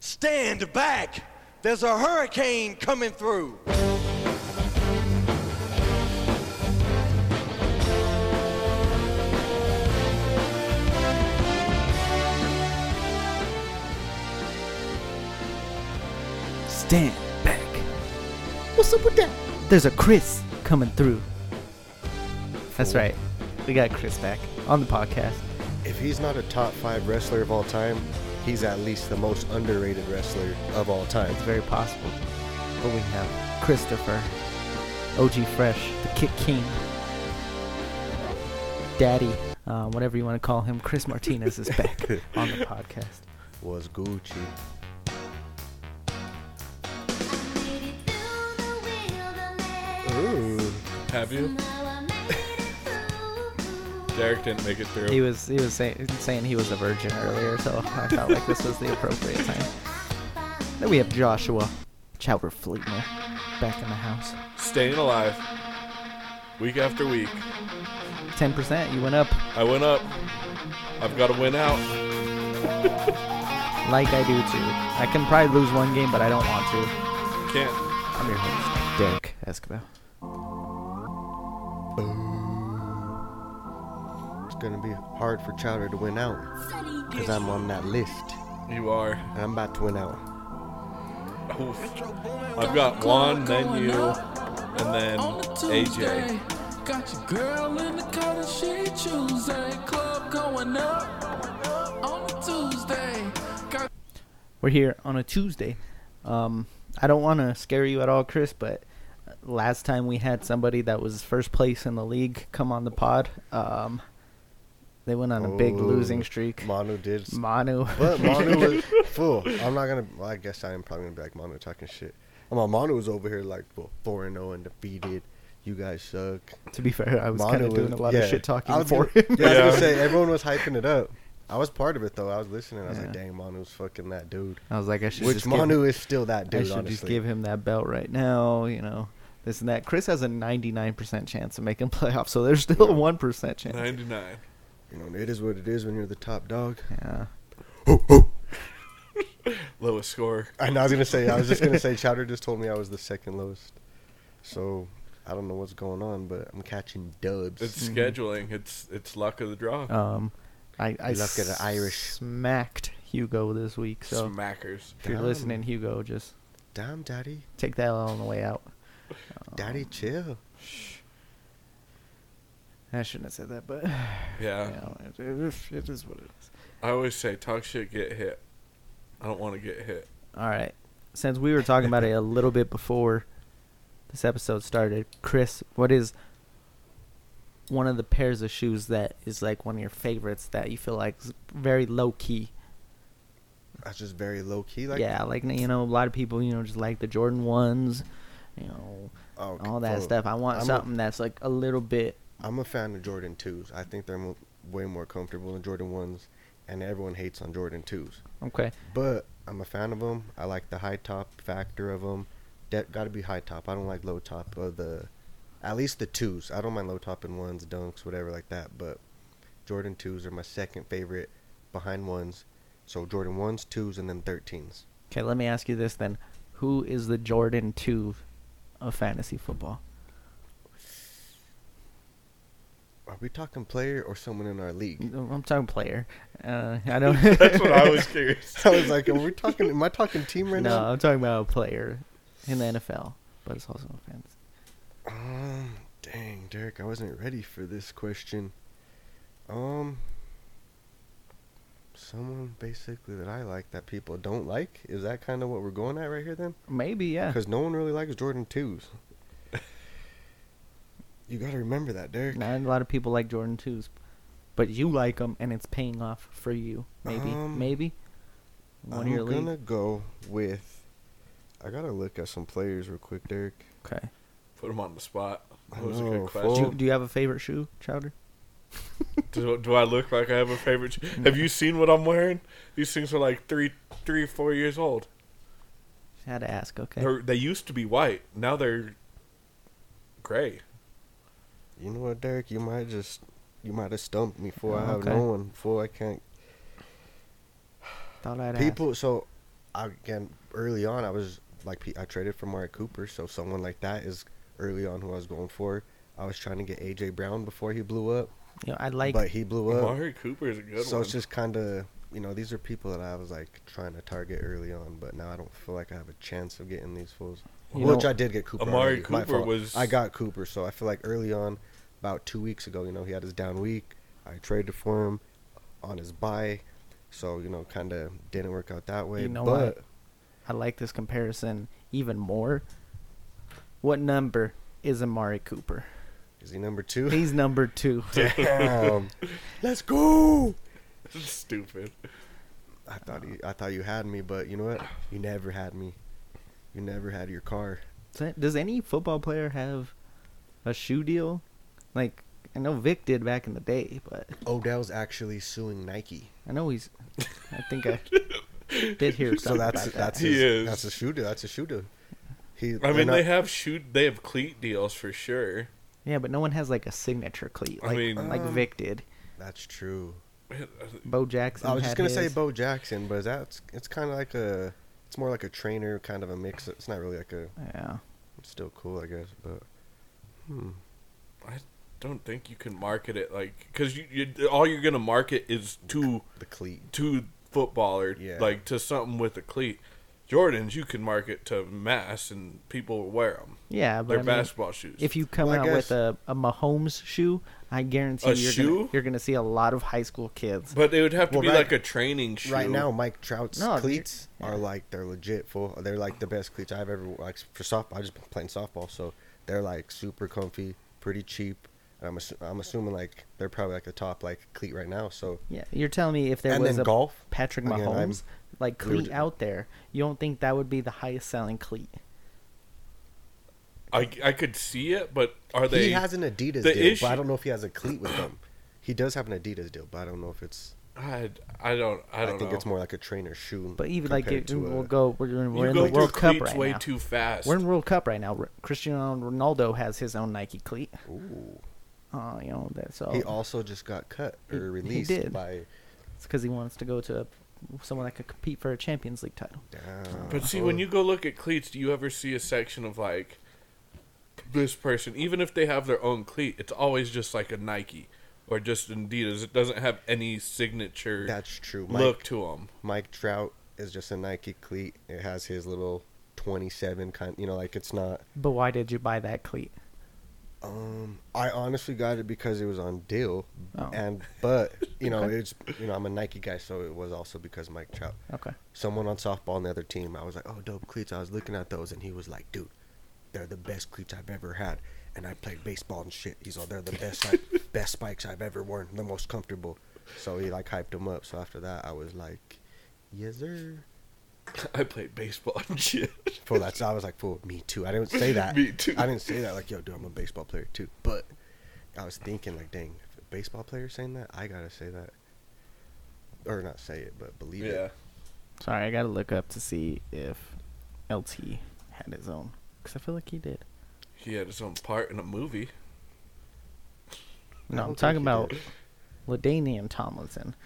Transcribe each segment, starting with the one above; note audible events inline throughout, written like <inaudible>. Stand back! There's a hurricane coming through! Stand back. What's up with that? There's a Chris coming through. That's right. We got Chris back on the podcast. If he's not a top five wrestler of all time, he's at least the most underrated wrestler of all time. It's very possible. But we have Christopher, OG Fresh, the Kick King, Daddy, uh, whatever you want to call him. Chris Martinez is <laughs> back on the podcast. Was Gucci. Ooh. Have you? Derek didn't make it through. He was he was saying saying he was a virgin earlier, so I felt like this was the appropriate time. Then we have Joshua Chowder Fleetner back in the house. Staying alive. Week after week. Ten percent, you went up I went up. I've got to win out. like I do too. I can probably lose one game, but I don't want to. Can't. I'm your host, Derek Escobar. It's going to be hard for Chowder to win out because I'm on that list You are. and I'm about to win out. Oof. I've got Juan, then you, and then AJ. Got your girl in the car that she Tuesday. Club going up on a Tuesday. Got We're here on a Tuesday. Um, I don't want to scare you at all, Chris, but last time we had somebody that was first place in the league come on the pod. Um, they went on a big Ooh, losing streak. Manu did. s- Manu. <laughs> But Manu was. Fool. I'm not going to. Well, I guess I am probably going to be like Manu talking shit. I'm on Manu was over here like 4 and 0 and defeated. You guys suck. to be fair, I was Mono kind of doing a was- lot yeah. of shit I talking was for gonna- him. <laughs> Yeah, I was Yeah. gonna say everyone was hyping it up. I was part of it though. I was listening. I was like, Yeah. "Dang, Manu's fucking that dude." I was like, I should Which just give Manu him, is still that dude. I should honestly. just give him that belt right now. You know, this and that. Chris has a 99% chance of making <laughs> playoffs, so there's still a one percent chance. 99. You know, it is what it is when you're the top dog. Yeah. Lowest score. I know. I was gonna say. I was just <laughs> gonna say. Chowder just told me I was the second lowest. So I don't know what's going on, but I'm catching dubs. It's Hmm. scheduling. It's it's luck of the draw. Um, I I Good luck to the Irish. smacked Hugo this week. So Smackers. if you're Damn. listening, Hugo, just Damn, daddy, take that on the way out. Oh. daddy, chill. I shouldn't have said that, but <sighs> Yeah. you know, it- it- it is what it is. I always say talk shit, get hit. I don't want to get hit. All right. Since we were talking about it a <laughs> little bit before this episode started, Chris, what is one of the pairs of shoes that is like one of your favorites that you feel like is very low key? That's just very low key. Like yeah, like you know, a lot of people, you know, just like the Jordan ones, you know, Oh, all that fuck. stuff. I want I'm a- something that's like a little bit. I'm a fan of Jordan 2s. I think they're mo- way more comfortable than Jordan 1s, and everyone hates on Jordan 2s. Okay. But I'm a fan of them. I like the high top factor of them. That got to be high top. I don't like low top of the, at least the twos. I don't mind low top and ones, dunks, whatever like that. But Jordan twos are my second favorite behind ones. So Jordan ones, twos, and then thirteens. Okay, let me ask you this then. Who is the Jordan 2 of fantasy football? Are we talking player or someone in our league? I'm talking player. Uh, I don't <laughs> That's what I <laughs> was curious. <laughs> I was like, are we talking? Am I talking team <laughs> right no, now? I'm talking about a player in the NFL, but it's also a fantasy. Um, dang, Derek, I wasn't ready for this question. Um, someone basically that I like that people don't like is that kind of what we're going at right here then? Maybe, yeah. Because no one really likes Jordan twos. you got to remember that, Derek. Not a lot of people like Jordan 2s, but you like them, and it's paying off for you. Maybe, Um, maybe. One I'm of your league. gonna go with. I gotta look at some players real quick, Derek. Okay. Put him on the spot. I That was a know, good Do you, question. do you have a favorite shoe, Chowder? Do, do I look like I have a favorite? shoe? Have you seen what I'm wearing? These things are like three, three, four years old. I had to ask. Okay. They're, they used to be white. Now they're gray. You know what, Derek? You might just you might have stumped me before I have Okay. no one before I can't Thought I'd ask. people so I, again, early on, I was like, P- I traded for Mark Cooper, so someone like that is early on who I was going for. I was trying to get AJ Brown before he blew up, You know, I like but he blew up. Amari Cooper is a good so one. <laughs> it's just kind of you know these are people that I was like trying to target early on, but now I don't feel like I have a chance of getting these fools. You Which know- I did get Cooper. Amari already, my Cooper fault. was- I got Cooper, so I feel like early on, about two weeks ago, you know, he had his down week. I traded for him on his buy, so you know, kind of didn't work out that way. You know but what? I like this comparison even more. What number is Amari Cooper? is he number two? Um, He's number two. <laughs> <laughs> Damn. Let's go. It's stupid. I thought he, I thought you had me, but you know what? You never had me. You never had your car. Does- Does any football player have a shoe deal? Like I know Vic did back in the day, but Odell's actually suing Nike. I know he's. I think <laughs> I did hear So something that's about that's that. He his, is. that's a shooter. That's a shooter. He. I they're mean, not- they have shoot, they have cleat deals for sure. yeah, but no one has like a signature cleat I like mean- like Vic did. That's true. Bo Jackson. I was had just gonna say his. Bo Jackson, but that's it's kind of like a. It's more like a trainer, kind of a mix. It's not really like a. Yeah, It's still cool, I guess, but. Hmm. Don't think you can market it like because you, you all you're gonna market is to The cleat. to footballer Yeah. like to something with a cleat. Jordans you can market to mass and people will wear them. yeah, but They're I mean, basketball shoes. if you come Well, I out guess- with a, a Mahomes shoe, I guarantee A you're shoe? Gonna, you're gonna see a lot of high school kids. but it would have to Well, be right- like a training shoe. Right now, Mike Trout's No, they're- cleats yeah. are like they're legit full. They're like the best cleats I've ever like for softball. I just been playing softball, so they're like super comfy, pretty cheap. And I'm assu- I'm assuming like they're probably like the top like cleat right now. So Yeah, you're telling me if there And was then a golf? Patrick Again, I'm- Mahomes like we were cleat ju- out there, you don't think that would be the highest selling cleat? I I could see it, but are they? he has an Adidas the deal, issue- but I don't know if he has a cleat with them. He does have an Adidas deal, but I don't know if it's. I, I don't I I, don't think know. it's more like a trainer shoe. But even like compared if to we'll a- go, we're, in- we're you in go the through World Cup cleats right way now. too fast. We're in World Cup right now. R- Cristiano Ronaldo has his own Nike cleat. Ooh. Oh, you know that's all. He also just got cut He- or he released did. by. It's because he wants to go to a, someone that could compete for a Champions League title. Damn. But see, when you go look at cleats, do you ever see a section of like this person? Even if they have their own cleat, it's always just like a Nike or just an Adidas. It doesn't have any signature that's true. Mike, look to 'em. <laughs> Mike Trout is just a Nike cleat. It has his little 27 kind, you know, like it's not. But why did you buy that cleat? Um, I honestly got it because it was on deal, Oh. and but you <laughs> know Okay. it's you know I'm a Nike guy, so it was also because Mike Trout. Okay. Someone on softball on the other team, I was like, oh, dope cleats. I was looking at those, and he was like, dude, they're the best cleats I've ever had. And I played baseball and shit. He's all they're the best, <laughs> like, best spikes I've ever worn, the most comfortable. So he like hyped them up. So after that, I was like, yes sir. I played baseball and shit. <laughs> Fool, that's I was like, fool, me too. I didn't say that. <laughs> Me too. I didn't say that. Like, yo, dude, I'm a baseball player too. But I was thinking, like, dang, if a baseball player saying that, I gotta say that, or not say it, but believe Yeah. it. Sorry, I gotta look up to see if LT had his own. Cause I feel like he did. He had his own part in a movie. No, I'm don't think talking he about Ladainian <laughs> Tomlinson,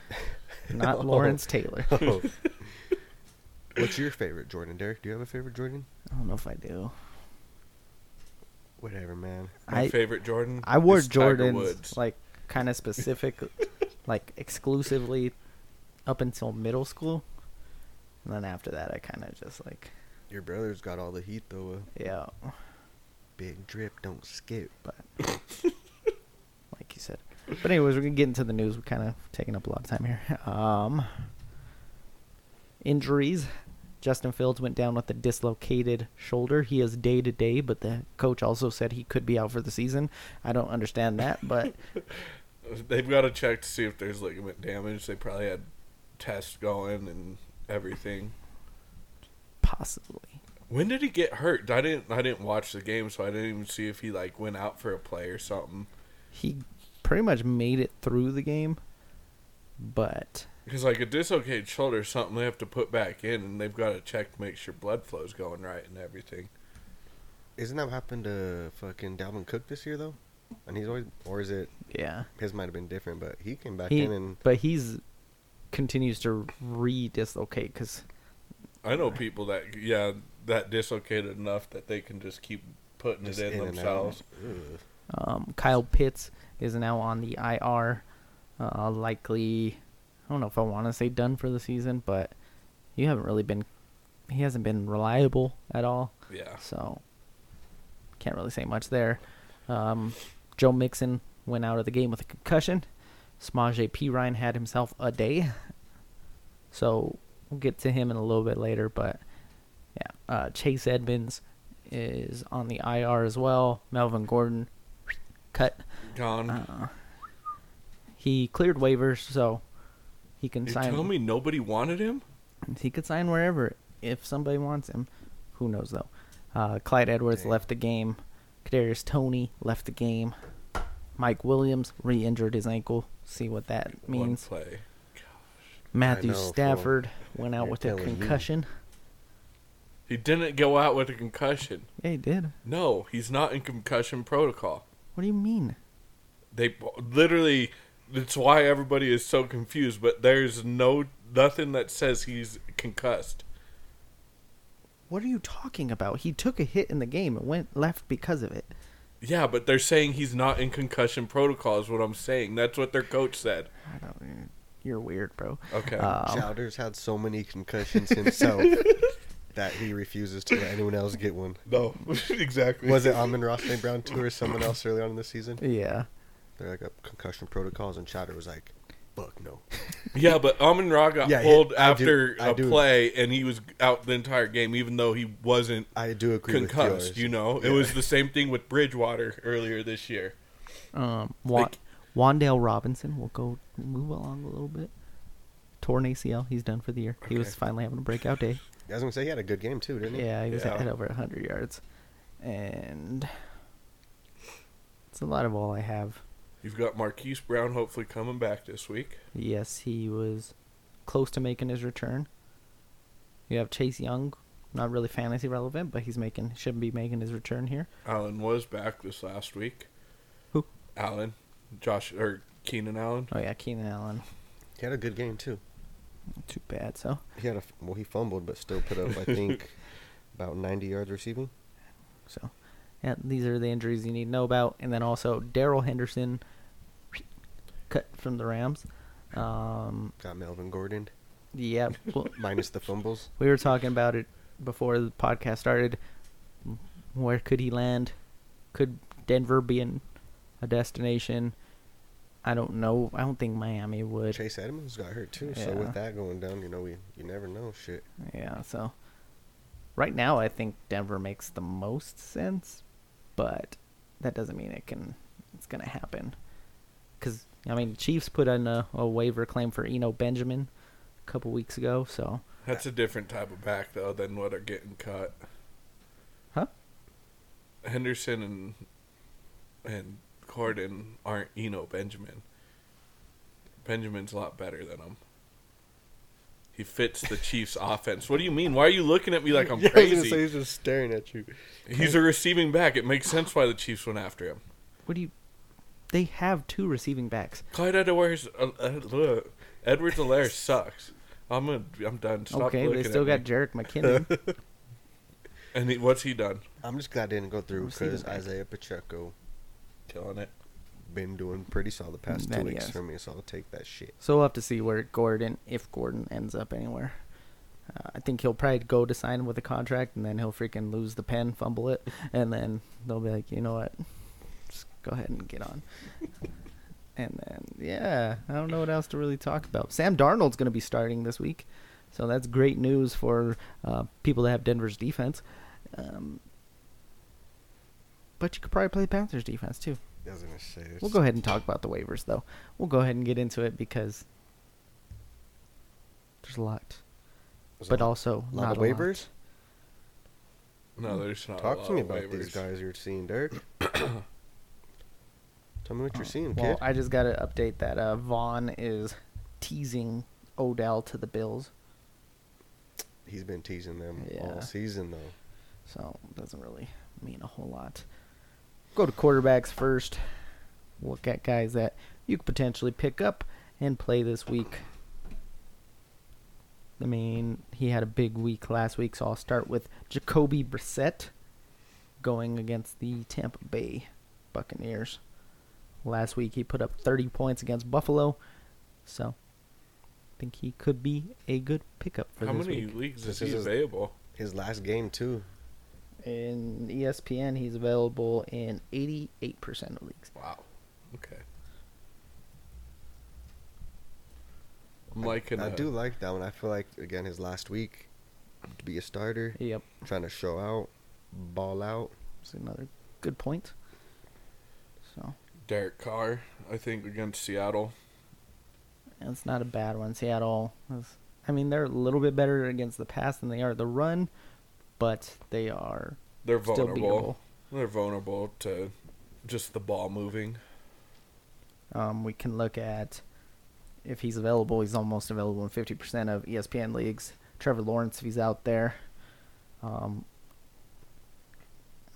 not Oh. Lawrence Taylor. <laughs> I <laughs> <laughs> Oh. What's your favorite Jordan, Derek? Do you have a favorite Jordan? don't know if I do. Whatever, man. My I favorite Jordan. I wore is Tiger Jordans Woods. like kind of <laughs> specific, like exclusively, up until middle school, and then after that I kind of just like Your brother's got all the heat though. uh, yeah, Big drip, don't skip. <laughs> like you said. But anyways, we're gonna get into the news. We're kind of taking up a lot of time here. Um, injuries. Justin Fields went down with a dislocated shoulder. He is day to day, but the coach also said he could be out for the season. I don't understand that, but <laughs> They've got to check to see if there's ligament damage. They probably had tests going and everything. possibly. When did he get hurt? I didn't. I didn't watch the game, so I didn't even see if he like went out for a play or something. He pretty much made it through the game, but Because like a dislocated shoulder or something, they have to put back in, and they've got to check to make sure blood flow's going right and everything. Isn't that what happened to fucking Dalvin Cook this year though? And he's always, or is it yeah, his might have been different, but he came back he in and but he's continues to re dislocate because I know people that yeah that dislocated enough that they can just keep putting Just it in, in and out. themselves. Ugh. Um, Kyle Pitts is now on the IR. Uh, likely, I don't know if I want to say done for the season, but you haven't really been. He hasn't been reliable at all, Yeah, so can't really say much there. Um, Joe Mixon went out of the game with a concussion. Smaje P. Ryan had himself a day. So we'll get to him in a little bit later, but yeah. Uh, Chase Edmonds is on the IR as well. Melvin Gordon cut. gone. Uh, he cleared waivers, so he can you sign. tell me nobody wanted him? He could sign wherever if somebody wants him. Who knows though? Uh, Clyde Edwards Dang. left the game. Kadarius Tony left the game. Mike Williams re-injured his ankle. See what that One means. play. Matthew I know, fool. Stafford went out You're with a telling me. concussion. He didn't go out with a concussion. Yeah, he did. No, he's not in concussion protocol. What do you mean? They literally. That's why everybody is so confused. But there's no nothing that says he's concussed. What are you talking about? He took a hit in the game and went left because of it. Yeah, but they're saying he's not in concussion protocol. Is what I'm saying. That's what their coach said. I don't. You're weird, bro. Okay. Uh, Um, Chowders had so many concussions <laughs> himself that he refuses to let anyone else get one. no, <laughs> exactly. Was it Amon Ross St. Brown too or someone else early on in the season? yeah. They're like up concussion protocols and Chowder was like, fuck no. Yeah, but Amon Ra got Yeah, pulled I do- after I a do. play, and he was out the entire game, even though he wasn't I do agree with concussed. yours. You know, it was the same thing with Bridgewater earlier this year. Um, Wa- Like- Wandale Robinson. We'll go move along a little bit. Torn ACL. He's done for the year. He was Okay. finally having a breakout <laughs> day. I was going to say he had a good game too, didn't he? yeah, he was Yeah. at over 100 yards. And it's a lot of all I have. You've got Marquise Brown hopefully coming back this week. Yes, he was close to making his return. You have Chase Young. Not really fantasy relevant, but he's making should be making his return here. Allen was back this last week. Who? Allen, Josh or Keenan Allen. Oh yeah, Keenan Allen. He had a good game too. Too bad. So He had a, f- well, he fumbled, but still put up, I <laughs> think, about 90 yards receiving. So, yeah, these are the injuries you need to know about. And then also Daryl Henderson cut from the Rams. Um, Got Melvin Gordon, yeah, <laughs> well, minus the fumbles. we were talking about it before the podcast started. Where could he land? Could Denver be in a destination? I don't know. I don't think Miami would. Chase Edmonds got hurt too. Yeah. So with that going down, you know, we you never know <laughs> shit. Yeah, so right now I think Denver makes the most sense, but that doesn't mean it can it's going to happen. Cuz I mean, Chiefs put in a, a waiver claim for Eno Benjamin a couple weeks ago, so That's a different type of back though than what are getting cut. Huh? Henderson and and Corden aren't Eno Benjamin. Benjamin's a lot better than him. He fits the Chiefs' offense. What do you mean? Why are you looking at me <laughs> like I'm crazy? he's just staring at you. He's a receiving back. It makes sense why the Chiefs went after him. what do you they have two receiving backs. Clyde Edwards, uh, uh, Edwards Alaire sucks. I'm gonna, I'm done. Stop okay, looking they still at got me. Jarek <laughs> McKinnon. And he, what's he done? I'm just glad they didn't go through Receiving because back. Isaiah Pacheco Killing it. been doing pretty solid past two That he weeks has. for me, so I'll take that shit. so we'll have to see where Gordon if Gordon ends up anywhere. Uh, I think he'll probably go to sign with a contract and then he'll freaking lose the pen, fumble it, and then they'll be like, you know what? Just go ahead and get on. and then, yeah, I don't know what else to really talk about. Sam Darnold's going to be starting this week. So that's great news for uh, people that have Denver's defense. Um, but you could probably play the Panthers defense too. I was gonna say We'll go ahead and talk about the waivers, though. We'll go ahead and get into it because there's a lot, but also a lot not of a lot. waivers. No, there's not. a Hmm. Talk lot to me of about these waivers. guys you're seeing, Derek. <coughs> Tell me what you're seeing, Well, kid. I just got to update that uh, Vaughn is teasing Odell to the Bills, He's been teasing them Yeah. all season, though. so it doesn't really mean a whole lot. Go to quarterbacks first. Look at guys that you could potentially pick up and play this week. I mean, he had a big week last week, so I'll start with Jacoby Brissett going against the Tampa Bay Buccaneers. Last week he put up 30 points against Buffalo, so I think he could be a good pickup for How this many week. leagues is This he is- available? His last game too. In E ESPN, he's available in 88% of leagues. Wow. Okay. I'm liking. I uh, do like that one. I feel like again his last week to be a starter, Yep, trying to show out, ball out. it's another good point. So Derek Carr. I think against Seattle. It's not a bad one. Seattle, is, I mean, they're a little bit better against the pass than they are the run, but they are They're still vulnerable. beatable. They're vulnerable to just the ball moving. Um, we can look at if he's available. He's almost available in 50% of E ESPN leagues. Trevor Lawrence, if he's out there. Um,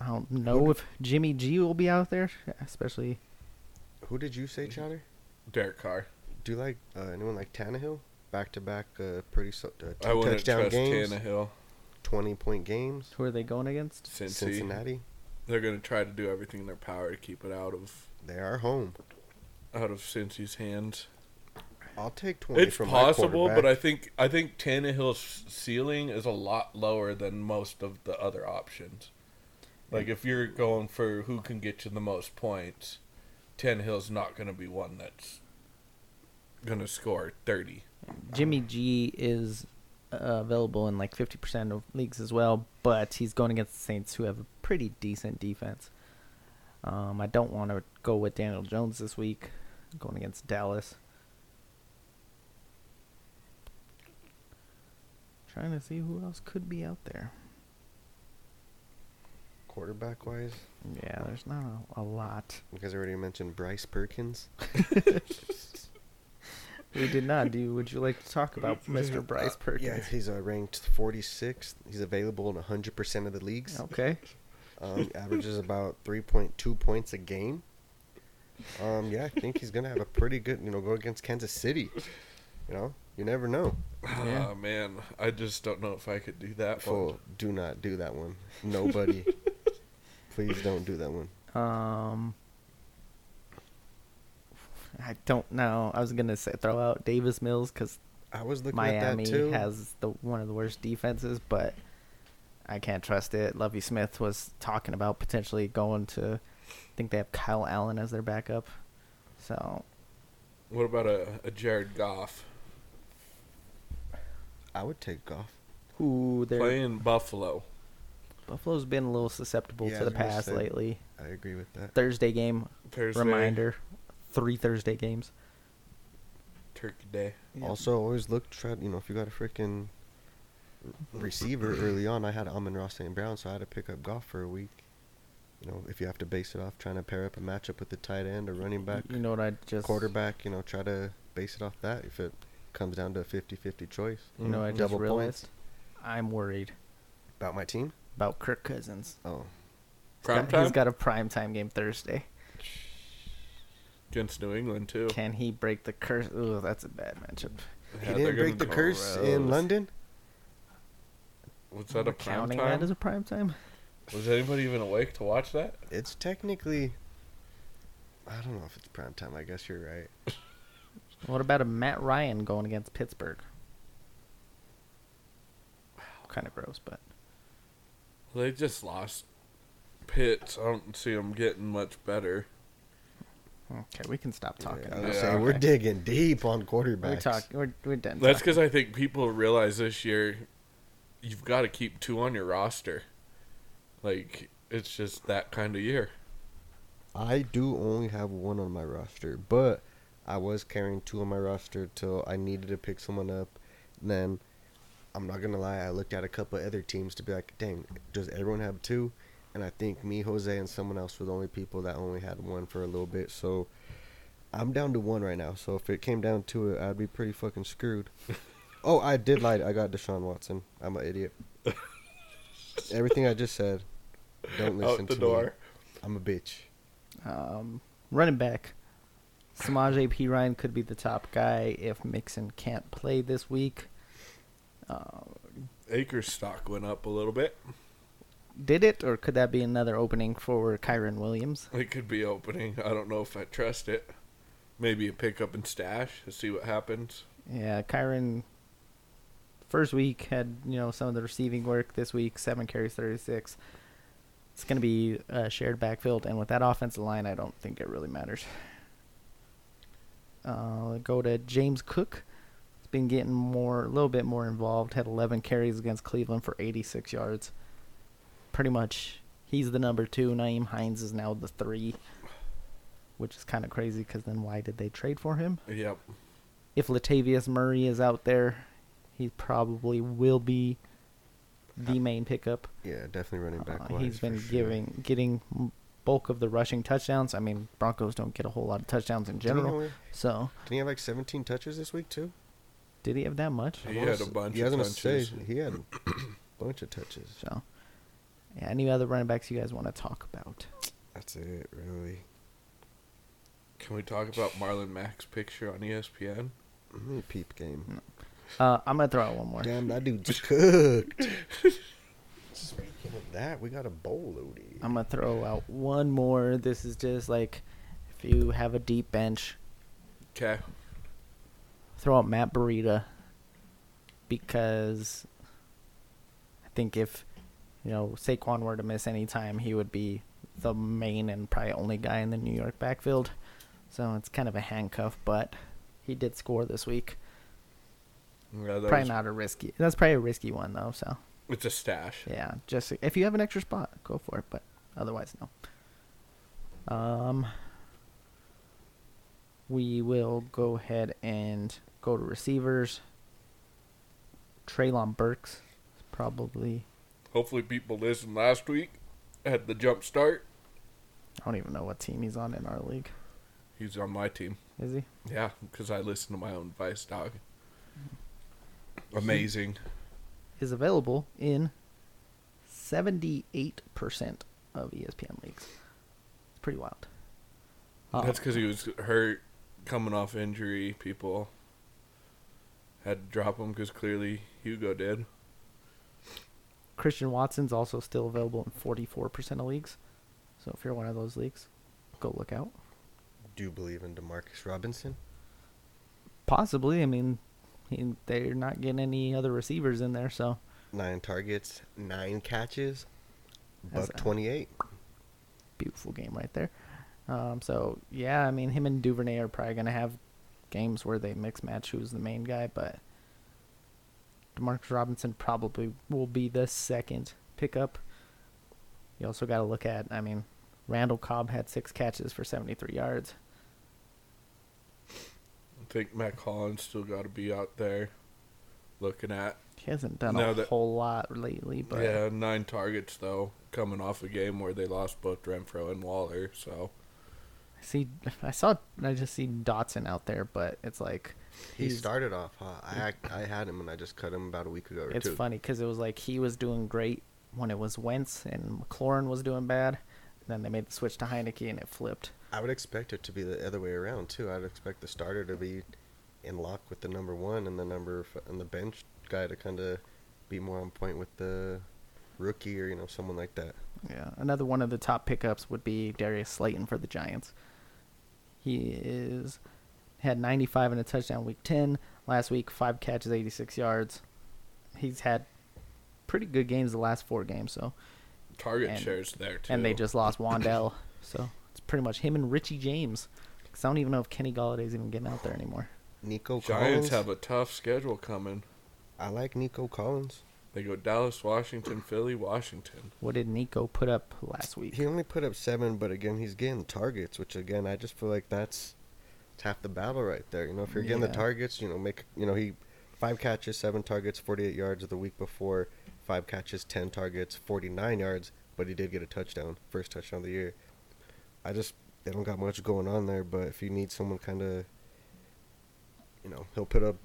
I don't know if Jimmy G will be out there, especially. Who did you say, Chowder? Derek Carr. Do you like uh, anyone like Tannehill? Back to back, uh, pretty so, uh, I two wouldn't touchdown trust games, Tannehill. twenty point games. Who are they going against? Cincy. Cincinnati, They're gonna try to do everything in their power to keep it out of they are home. out of Cincy's hands. I'll take twenty. It's from possible, my but I think I think Tannehill's ceiling is a lot lower than most of the other options. Like if you're going for who can get you the most points, Tannehill's not going to be one that's going to score thirty. Jimmy G is uh, available in like 50% of leagues as well, but he's going against the Saints, who have a pretty decent defense. Um, I don't want to go with Daniel Jones this week, going against Dallas. Trying to see who else could be out there. quarterback wise, Yeah, there's not a, a lot. because I already mentioned Bryce Perkins. We did not do. Would you like to talk about Mr. Bryce Uh, Yeah, Perkins? he's uh, ranked 46th. He's available in 100% of the leagues. Okay. Um, averages about 3.2 points a game. Um, yeah, I think he's going to have a pretty good, you know, go against Kansas City. You know, you never know. <sighs> Yeah. Oh man, I just don't know if I could do that one. Fool, do not do that one. <laughs> Nobody. Please don't do that one. Um, I don't know. I was gonna say throw out Davis Mills because I was looking Miami at that too. has the one of the worst defenses, but I can't trust it. Lovey Smith was talking about potentially going to. I think they have Kyle Allen as their backup, so What about a, a Jared Goff I would take Goff. ooh, they're playing Buffalo? Buffalo's been a little susceptible Yeah, I to the was gonna pass say. lately. I agree with that. Thursday game Thursday, reminder, three Thursday games. Turkey Day. Also, always look, try, you know, if you got a freaking receiver early on, I had Amon Ross St. Brown, so I had to pick up golf for a week. You know, if you have to base it off trying to pair up a matchup with the tight end or running back, you know what I just quarterback, you know, try to base it off that if it comes down to a 50 50 choice. You know what I just Double realized. points. I'm worried. About my team? about Kirk Cousins. Oh, Prime Got- He's time got a prime time game Thursday. against New England too. Can he break the curse? Ooh, that's a bad matchup. Yeah, he they're didn't break the gonna go curse in around. London? Was that a We're prime counting time? that as a prime time? Was anybody even awake to watch that? It's technically. I don't know if it's prime time. I guess you're right. What about a Matt Ryan going against Pittsburgh? <sighs> Kind of gross, but They just lost Pitts. I don't see them getting much better. okay, we can stop talking. I about was Yeah. it. saying, we're Okay. digging deep on We're quarterbacks. talk. We're, we're done. talking. That's because I think people realize this year you've got to keep two on your roster. Like, it's just that kind of year. I do only have one on my roster, but I was carrying two on my roster till I needed to pick someone up. Then I'm not gonna lie, I looked at a couple other teams to be like, dang, does everyone have two? And I think me, Jose, and someone else were the only people that only had one for a little bit. So I'm down to one right now. So if it came down to it, I'd be pretty fucking screwed. <laughs> oh, I did lie. I got Deshaun Watson. I'm an <laughs> idiot. Everything I just said. Don't listen Out the to me. door. I'm a bitch. um, running back. Samaj P. Ryan could be the top guy if Mixon can't play this week. Acre stock went up a little bit. Did it, or could that be another opening for Kyron Williams? It could be opening. I don't know if I trust it. Maybe a pickup and stash to see what happens. Yeah, Kyron. First week had you know some of the receiving work. This week, seven carries, thirty-six. It's going to be a shared backfield, and with that offensive line, I don't think it really matters. Uh, go to James Cook. He's been getting more, a little bit more involved. Had 11 carries against Cleveland for 86 yards. Pretty much, he's the number two. Naeem Hines is now the three, which is kind of crazy. Because then, why did they trade for him? Yep. if Latavius Murray is out there, he probably will be the main pickup. Yeah, definitely running Uh, back. he's wise, been for sure. giving getting m- bulk of the rushing touchdowns. I mean, Broncos don't get a whole lot of touchdowns in Didn't he general. only- So, Didn't he have like 17 touches this week too? did he have that much? He had a bunch Yeah, I of was gonna say, touches. he <clears throat> had a bunch of touches. So, yeah, any other running backs you guys want to talk about? That's it, really. Can we talk about Marlon Mack's picture on E ESPN? Let me peep game. Uh, I'm gonna throw out one more. Damn, that <laughs> dude's cooked. Speaking of that, we got a bowl loadie. I'm gonna throw out one more. This is just like if you have a deep bench, Okay. throw out Matt Burita because I think if you know Saquon were to miss any time, he would be the main and probably only guy in the New York backfield. So it's kind of a handcuff, but he did score this week. Yeah, that probably was- not a risky. That's probably a risky one though. So It's a stash. yeah, just if you have an extra spot, go for it. But otherwise, no. Um, we will go ahead and go to receivers. Traylon Burks, is probably. Hopefully, people listened last week. Had the jump start. I don't even know what team he's on in our league. He's on my team. Is he? Yeah, because I listen to my own Vice <laughs> Dog. Amazing. Is available in seventy-eight percent of E ESPN leagues. It's pretty wild. Uh, That's because he was hurt, coming off injury. People had to drop him because clearly Hugo did. Christian Watson's also still available in 44% of leagues. So if you're one of those leagues, go look out. Do you believe in Demarcus Robinson? Possibly. I mean, he, they're not getting any other receivers in there, so Nine targets, nine catches, That's buck a- 28. beautiful game right there. Um, so yeah, I mean, him and Duvernay are probably gonna have games where they mix match who's the main guy, but Demarcus Robinson probably will be the second pickup. You also got to look at, I mean, Randall Cobb had six catches for 73 yards. I think Matt Collins still got to be out there looking at. He hasn't done No, a that- whole lot lately, but yeah, nine targets, though, coming off a game where they lost both Renfro and Waller. So I see, I saw, I just see Dotson out there, but it's like He he's- started off hot. I had, I had him and I just cut him about a week ago or It's two. funny because it was like he was doing great when it was Wentz and McLaurin was doing bad. Then they made the switch to Heineke and it flipped. I would expect it to be the other way around too. I'd expect the starter to be in lock with the number one and the number f- and the bench guy to kind of be more on point with the rookie or you know someone like that. Yeah, another one of the top pickups would be Darius Slayton for the Giants. He is had 95 and a touchdown week 10 last week, five catches, 86 yards. He's had pretty good games the last four games, so target And- shares there, too. and they just lost Wandell, so it's pretty much him and Richie James. 'Cause I don't even know if Kenny Galladay's even getting out there anymore. Nico Collins. Giants have a tough schedule coming. I like Nico Collins. They go Dallas, Washington, Philly, Washington. What did Nico put up last week? He only put up seven, but again he's getting targets, which again I just feel like that's it's half the battle right there. You know, if you're getting Yeah. the targets, you know make you know he five catches, seven targets, 48 yards the week before, five catches, 10 targets, 49 yards, but he did get a touchdown, first touchdown of the year. I just they don't got much going on there, but if you need someone kind of, you know, he'll put up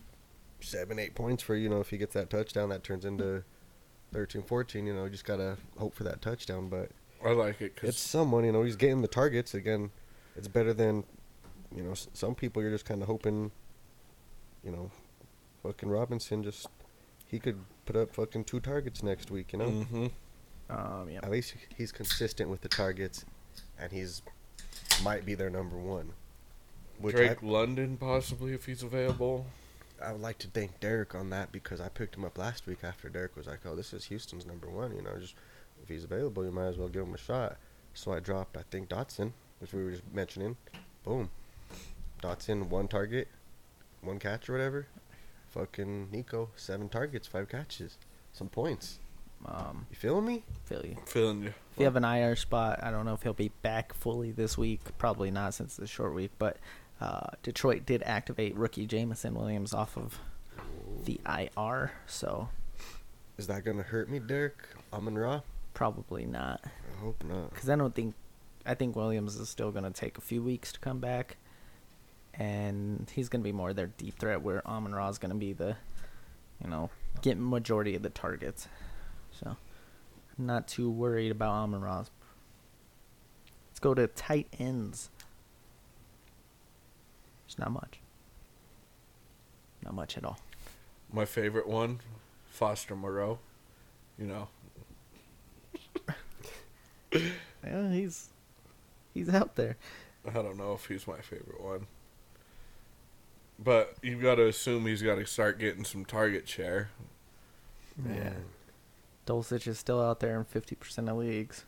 seven, eight points for you know if he gets that touchdown that turns into 13, 14. You know, you just gotta hope for that touchdown, but I like it it's because someone you know he's getting the targets again it's better than you know s- some people you're just kind of hoping you know fucking robinson just he could put up fucking two targets next week. You know, Mm-hmm. Um, yeah. at least he's consistent with the targets, and he's might be their number one. Which I, Drake London possibly if he's available. I would like to thank Derek on that because I picked him up last week after Derek was like, "Oh, this is Houston's number one." You know, just if he's available, you might as well give him a shot. So I dropped, I think Dotson, which we were just mentioning. Boom, Dotson one target, one catch or whatever. Fucking Nico seven targets, five catches, some points. Um, You feeling me? feel you. Feeling you. If you have an IR spot, I don't know if he'll be back fully this week. Probably not since the short week. But uh, Detroit did activate rookie Jamison Williams off of the IR, so Is that gonna hurt me, Derek? Amon Ra? probably not. I hope not. Because I don't think, I think Williams is still going to take a few weeks to come back, and he's going to be more their deep threat, where Amon Ra is going to be the, you know, get majority of the targets. So, not too worried about Amon Ra. Let's go to tight ends. There's not much. Not much at all. My favorite one, Foster Moreau. You know, Yeah, he's he's out there. I don't know if he's my favorite one. But you've got to assume he's got to start getting some target share. Mm, Yeah. Dulcich is still out there in 50% of leagues.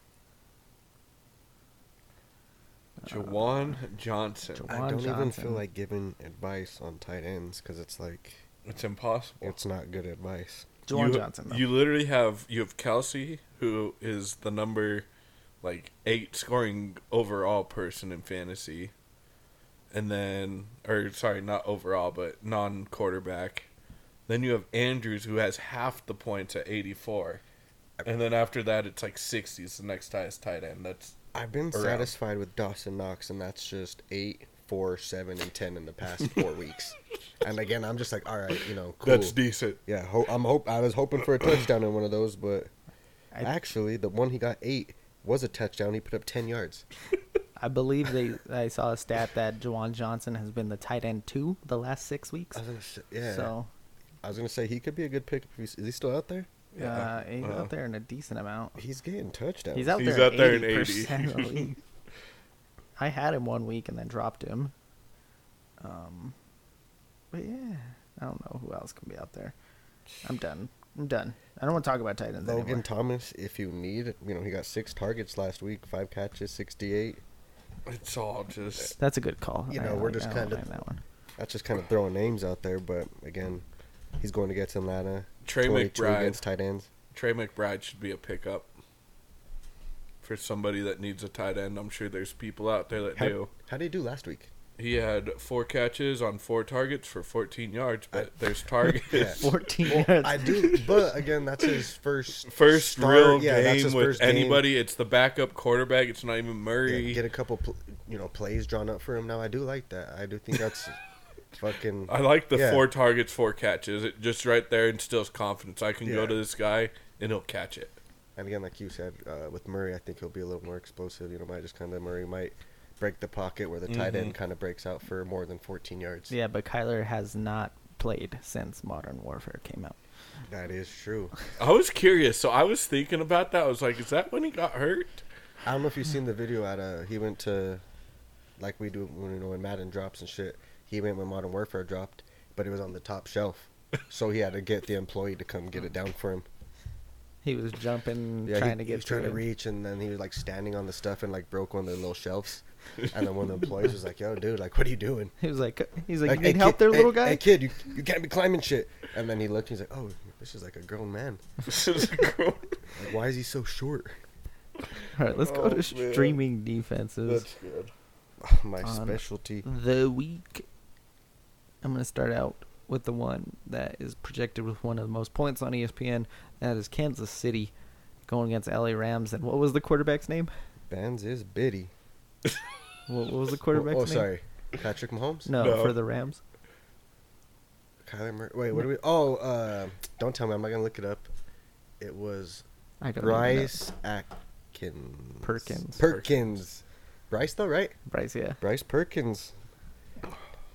Jawan Johnson. Jawan- I Juwan don't even Johnson. feel like giving advice on tight ends because it's like It's impossible. it's not good advice. Juwan you, Johnson. Though. You literally have you have Kelsey, who is the number like eight scoring overall person in fantasy, and then or sorry, not overall, but non quarterback. Then you have Andrews, who has half the points at eighty four, and then after that, it's like sixty. It's the next highest tight end. That's I've been around. satisfied with Dawson Knox, and that's just eight, four, seven, and ten in the past four weeks. And again, I'm just like, all right, you know, cool. that's decent. yeah, ho- I'm hope I was hoping for a touchdown in one of those, but I- actually, the one he got eight was a touchdown. He put up ten yards. I believe they I saw a stat that Jawan Johnson has been the tight end two the last six weeks. I was gonna say, Uh, yeah. So I was gonna say he could be a good pick. If he's, is he still out there? uh, he's Uh-huh. out there in a decent amount. He's getting touchdowns. He's out He's there. out there in in 80. 80. <laughs> I had him one week and then dropped him. Um, but yeah, I don't know who else can be out there. I'm done. I'm done. I don't want to talk about tight ends Logan anymore. Thomas, if you need, you know, he got six targets last week, five catches, sixty-eight. It's all just That's a good call. You I know, don't we're like- just I don't kinda- like that <laughs> one. That's just kind of throwing names out there, but again, he's going against Atlanta. Trey 22 McBride. against tight ends. Trey McBride should be a pickup for somebody that needs a tight end. I'm sure there's people out there that How, do. how did he do last week? He had four catches on four targets for 14 yards, but there's <laughs> targets. Yeah. 14 yards. I do, but again, that's his first First start. real Yeah, that's game his with first game. anybody. It's the backup quarterback. It's not even Murray. Yeah, get a couple, pl- you know, plays drawn up for him. Now I do like that. I do think <laughs> that's fucking. I like the Yeah. four targets, four catches. It just right there instills confidence. I can go Yeah. to this guy and he'll catch it. And again, like you said, uh, with Murray, I think he'll be a little more explosive. You know, might just kind of Murray might break the pocket where the tight Mm-hmm. end kind of breaks out for more than 14 yards. Yeah, but Kyler has not played since Modern Warfare came out. That is true. I was curious, so I was thinking about that. I was like, is that when he got hurt? I don't know if you've seen the video at uh he went to like we do when you know when Madden drops and shit. He went when Modern Warfare dropped, but it was on the <laughs> top shelf. So he had to get the employee to come get it down for him. He was jumping, Yeah, trying he, to he get was trying to it. reach, and then he was like standing on the stuff and like broke one of the little shelves. And then one of the employees was like, "Yo, dude, like, what are you doing? He was like, he's like, Like, you need "Hey, help kid- there, hey- little guy. Hey, kid, you, you can't be climbing shit." And then he looked, and he's like, "Oh, this is like a <laughs> grown man. This is gross. Like, why is he so short?" All right, let's go Oh, to man. streaming defenses. That's good. My On- specialty. The week, I'm going to start out with the one that is projected with one of the most points on E ESPN. That is Kansas City going against LA Rams. And what was the quarterback's name? Bands is biddy. What, what was the Oh, quarterback's oh, name? sorry, Patrick Mahomes. No, No. for the Rams. Kyler Murray. Wait, what do we? Oh, uh, don't tell me. I'm not gonna look it up. It was I don't even know. Bryce Atkins. Perkins. Perkins. Bryce though, right? Bryce, yeah. Bryce Perkins.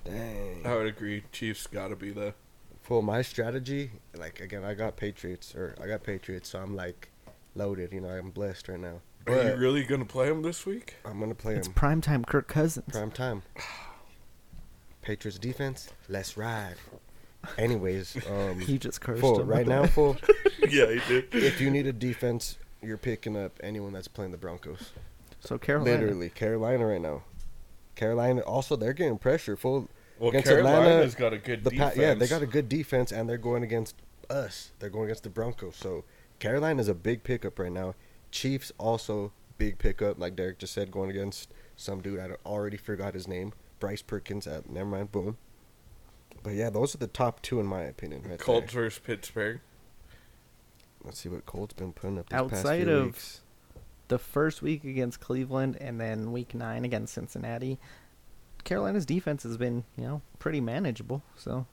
Dang. I would agree. Chiefs got to be the for my strategy, like again, I got Patriots or I got Patriots, so I'm like loaded. You know, I'm blessed right now. Are you But really gonna play him this week? I'm gonna play It's them primetime Kirk Cousins. prime time. Patriots defense, let's ride. <laughs> Anyways, He um, just cursed full him. <laughs> right now, full. <laughs> yeah, he did. If you need a defense, you're picking up anyone that's playing the Broncos. So Carolina. Literally, Carolina right now. Carolina also they're getting pressure. Full Well, Against Carolina's Atlanta, got a good the pa- defense. yeah they got a good defense and they're going against us. They're going against the Broncos. So Carolina's a big pickup right now. Chiefs also big pickup. Like Derek just said, going against some dude I already forgot his name. Bryce Perkins at never mind. Boom. But yeah, those are the top two in my opinion. Right Colts there. versus Pittsburgh. Let's see what Colts been putting up these past Outside few of- weeks. the first week against Cleveland and then week nine against Cincinnati, Carolina's defense has been, you know, pretty manageable. So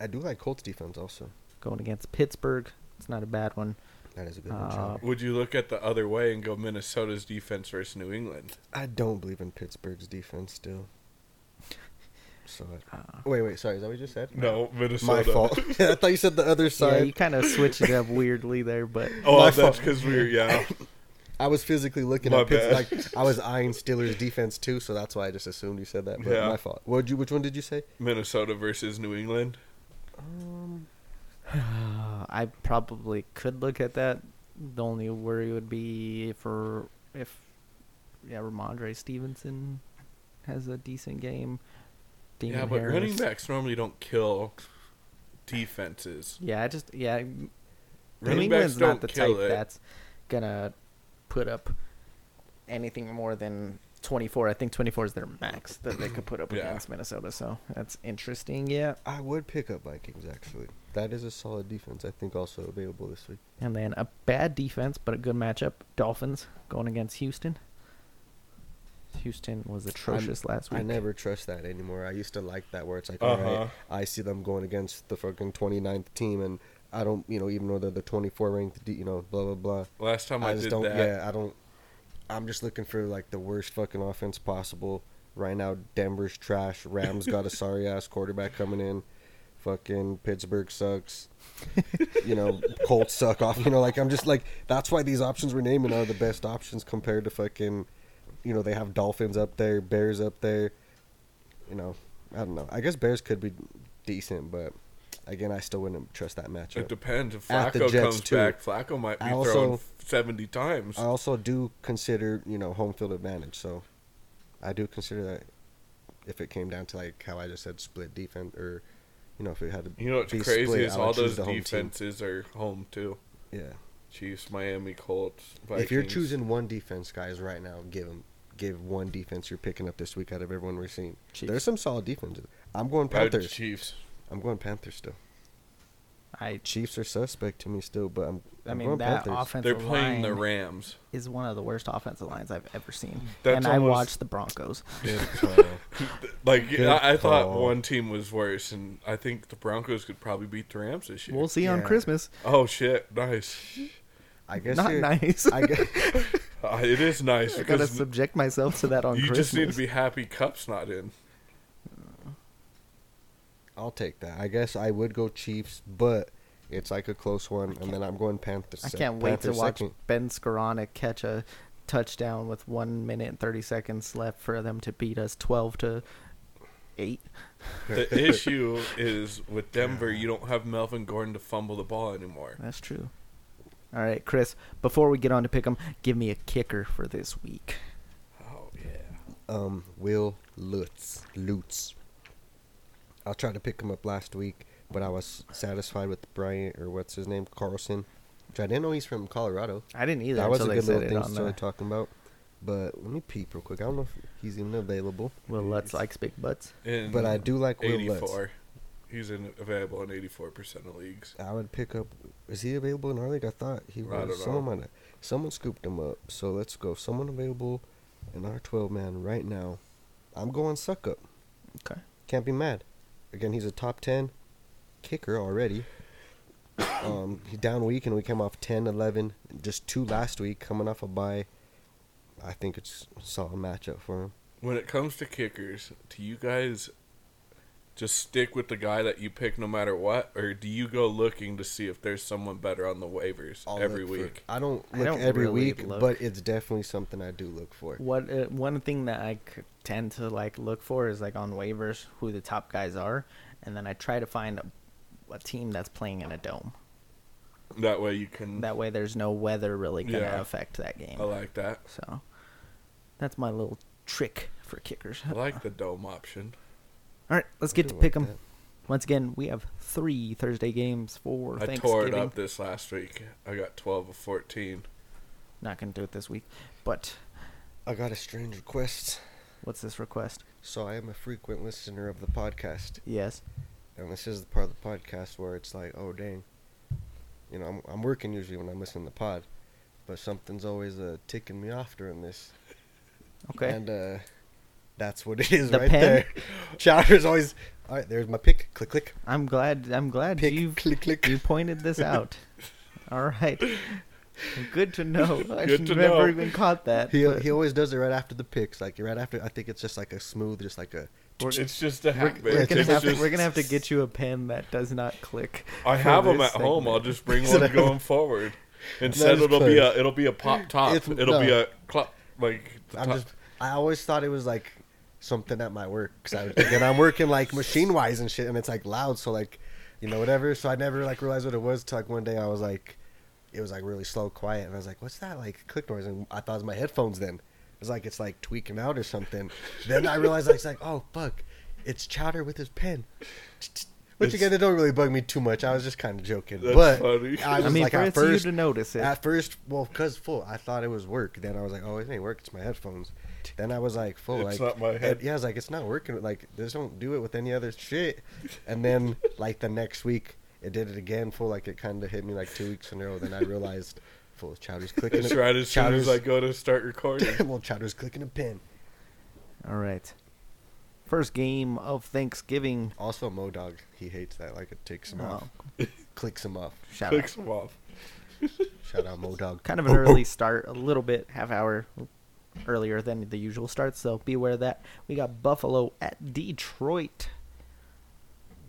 I do like Colts defense also. going against Pittsburgh, it's not a bad one. That is a good one. Uh, Charlie. Would you look at the other way and go Minnesota's defense versus New England? I don't believe in Pittsburgh's defense still. So I- wait, wait, sorry, is that what you just said? No, Minnesota. my fault. <laughs> I thought you said the other So yeah, side. you kind of switch it up weirdly there, but <laughs> Oh, My that's fault. because we were yeah. I was physically looking My at Pitts, bad. like I was eyeing Steelers defense too, so that's why I just assumed you said that. But Yeah. my fault. What you? Which one did you say? <laughs> Minnesota versus New England. uh, I probably could look at that. The only worry would be for if yeah, Ramondre Stevenson has a decent game. Damon yeah, but running Harris. backs normally don't kill defenses. Yeah, I just yeah, New Running England's backs not don't the kill type it. that's gonna put up anything more than 24. I think 24 is their max that they could put up Yeah. against Minnesota. So that's interesting. Yeah, I would pick up Vikings actually. That is a solid defense. I think also available this week. and then a bad defense but a good matchup. Dolphins going against Houston. Houston was atrocious last week. I never trust that anymore. I used to like that where it's like, Uh-huh. all right, I see them going against the fucking 29th team, and I don't, you know, even though they're the 24 ranked, you know, blah blah blah. Last time I, I just did don't. that, Yeah, I don't. I'm just looking for like the worst fucking offense possible. Right now, Denver's trash. Rams got <laughs> a sorry ass quarterback coming in. Fucking Pittsburgh sucks. you know, Colts suck off. You know, like I'm just like that's why these options we're naming are the best options compared to fucking. You know, they have Dolphins up there, Bears up there. You know, I don't know. I guess Bears could be decent, but again, I still wouldn't trust that it matchup. depends. If At the Flacco Jets, comes too. back, Flacco might be I also- thrown seventy times. I also do consider, you know, home field advantage. So I do consider that if it came down to like how I just said split defense or, you know, if it had to you know what's be crazy split, is I would all choose those the home team. defenses are home too. Yeah. Chiefs, Miami, Colts. If you're Vikings. choosing one defense, guys, right now, give 'em- give one defense you're picking up this week out of everyone we're seeing. Chiefs. There's some solid defenses. I'm going I would Panthers. Chiefs. I'm going Panthers still. I Chiefs are suspect to me still, but I'm. I I'm mean going that Panthers. offensive They're line playing the Rams. is one of the worst offensive lines I've ever seen. That's and I almost- watched the Broncos. Like Good I, I thought, call. one team was worse, and I think the Broncos could probably beat the Rams this year. We'll see on Yeah. Christmas. oh shit! Nice. I guess Not you're- nice. I guess, <laughs> Uh, it <laughs> is nice I gotta because subject myself to that on <laughs> you Christmas. just need to be happy. Cup's <laughs> not in. I'll take that. I guess I would go Chiefs, but it's like a close one, and then I'm going Panthers. I sec- can't wait to Panthers watch second. Ben Scarana catch a touchdown with one minute and thirty seconds left for them to beat us twelve to eight. The issue is with Denver, you don't have Melvin Gordon to fumble the ball anymore. That's true. All right, Chris. Before we get on to pick 'em, give me a kicker for this week. Oh yeah. Um, Will Lutz. Lutz. I tried to pick him up last week, but I was satisfied with Bryant or what's his name Carlson. Which I didn't know he's from Colorado. I didn't either that was a until they good said little it thing to on the. start talking about. But let me peep real quick. I don't know if he's even available, Will Lutz likes big butts. In but I do like Will Lutz. eighty-four. He's in, available in eighty-four percent of leagues. I would pick up. Is he available in our league? I thought he I was. don't Someone know. might. have- Someone scooped him up. So let's go. Someone available in our twelve man right now. I'm going suck up. Okay. Can't be mad. Again, he's a top ten kicker already. <coughs> um, he down week and we came off 10, 11, just two last week. Coming off a bye, I think it's a solid matchup for him. When it comes to kickers, do you guys just stick with the guy that you pick no matter what, or do you go looking to see if there's someone better on the waivers I'll every look for- week? I don't I look don't every really week, look. but it's definitely something I do look for. What uh, one thing that I c- tend to like look for is like on waivers who the top guys are, and then I try to find a, a team that's playing in a dome. That way you can. That way, there's no weather really gonna Yeah. affect that game. I like that. So that's my little trick for kickers. I like the dome option. All right, let's get to do like pick 'em. that. Once again, we have three Thursday games for I tore Thanksgiving. it up this last week. I got 12 of 14. Not gonna do it this week, but I got a strange request. what's this request? So I am a frequent listener of the podcast, Yes. and this is the part of the podcast where it's like, oh dang, you know, I'm I'm working usually when I'm listening to the pod, but something's always uh, ticking me off during this, Okay. and uh, that's what it <laughs> is The right pen? there. Chowder's always, all right, there's my pick. Click click I'm glad. I'm glad pick you click click. you pointed <laughs> this out. All right. Good to know. I Good to never know. even caught that. He, but he always does it right after the picks, like right after. I think it's just like a smooth, just like a. It's just a hack, we're, man. gonna It's have to, just- we're gonna have to get you a pen that does not click. I for have them this at home. I'll segment. just bring <laughs> one going forward. Instead, is it'll be clear. a it'll be a pop top. It's- it'll be no. a clop like. the I'm top- just. I always thought it was like something at my work because I was thinking I'm working like machine wise and shit, and it's like loud, so like, you know, whatever. So I never like realized what it was till like one day I was like, it was like really slow, quiet, and I was like, what's that like click noise? And I thought it was my headphones. Then it's like it's like tweaking out or something. then I realized like, it's like oh fuck, it's Chowder with his pen. Which It's- again, it don't really bug me too much. I was just kind of joking, That's but funny. I I I was mean, like for at it first you to notice it. at first, well, cause full, I thought it was work. Then I was like, oh, it ain't work. It's my headphones. Then I was like, full, It's like, not my head- yeah, I was like, it's not working. Like, this don't do it with any other shit. And <laughs> then, like the next week, it did it again. Full, like it kind of hit me like two weeks in a row. Then I realized, full, <laughs> Chowder's clicking. It's a- right as soon as I Chowder's- go to <laughs> start <laughs> recording. well, Chowder's clicking a pin. All right. First game of Thanksgiving. Also, Modog, he hates that. Like it takes him off, Oh, clicks him off. shout out. Clicks them off. Shout out Modog. Kind of an early start, a little bit half hour earlier than the usual start, so be aware of that. We got Buffalo at Detroit.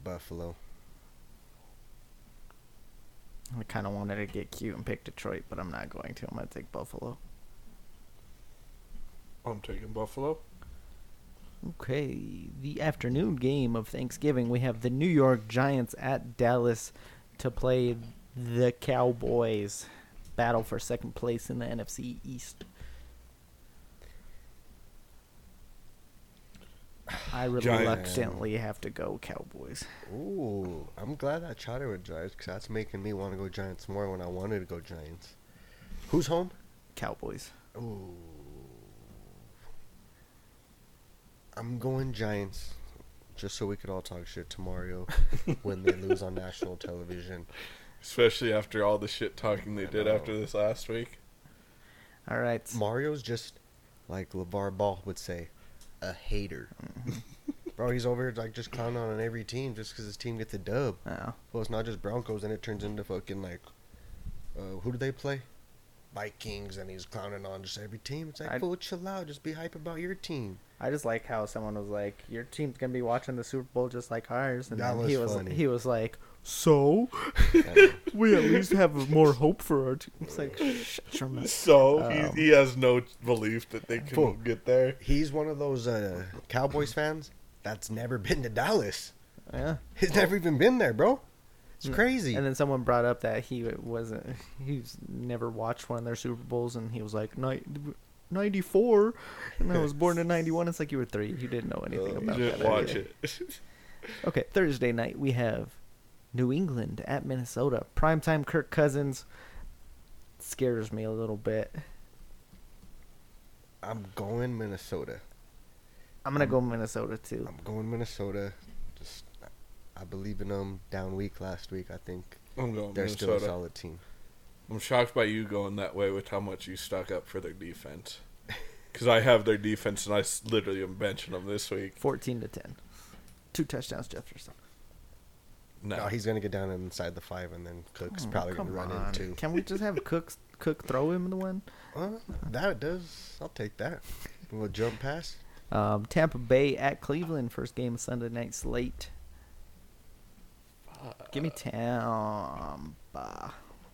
Buffalo. I kind of wanted to get cute and pick Detroit, but I'm not going to. I'm going to take Buffalo. I'm taking Buffalo. Okay, the afternoon game of Thanksgiving, we have the New York Giants at Dallas to play the Cowboys. Battle for second place in the NFC East. I reluctantly have to go Cowboys. Ooh, I'm glad that Chowder went Giants because that's making me want to go Giants more when I wanted to go Giants. Who's home? Cowboys. Ooh. I'm going Giants just so we could all talk shit to Mario when they lose on national television. Especially after all the shit talking they I did know. after this last week. All right. Mario's just like LeVar Ball would say, a hater. Bro, he's over here like just clowning on every team just because his team gets a dub. Oh, Well, it's not just Broncos, and it turns into fucking like, uh, who do they play? Vikings, and he's clowning on just every team. It's like, I- fool, chill out. Just be hype about your team. I just like how someone was like, "Your team's gonna be watching the Super Bowl just like ours," and That then was he was funny. he was like, <laughs> "So Yeah. we at least have more hope for our team." It's like, shut your mouth. So Um, he, he has no belief that they can Fool. get there. he's one of those uh, Cowboys fans that's never been to Dallas. <laughs> Yeah. He's never even been there, bro. It's Mm. crazy. And then someone brought up that he wasn't, he's never watched one of their Super Bowls, and he was like, "Nin- 94. And I was born in 91. It's like you were three. You didn't know Uh, anything You about didn't that. Uh, watch idea. it. <laughs> Okay, Thursday night, we have New England at Minnesota. Primetime Kirk Cousins scares me a little bit. I'm going Minnesota. I'm going to go Minnesota, too. I'm going Minnesota. Just, I believe in them. Down week last week, I think I'm going they're still a Oh, Minnesota. solid team. I'm shocked by you going that way with how much you stuck up for their defense. <laughs> Because I have their defense and I s- literally am benching them this week. 14 to 10. Two touchdowns, Jefferson. No, No, he's gonna get down inside the five, and then Cook's Oh, probably gonna come run on. into. Can we just <laughs> have Cook, Cook throw him the one? Uh, that does. I'll take that. We'll jump pass. Um, Tampa Bay at Cleveland, first game of Sunday night slate. Give me Tampa.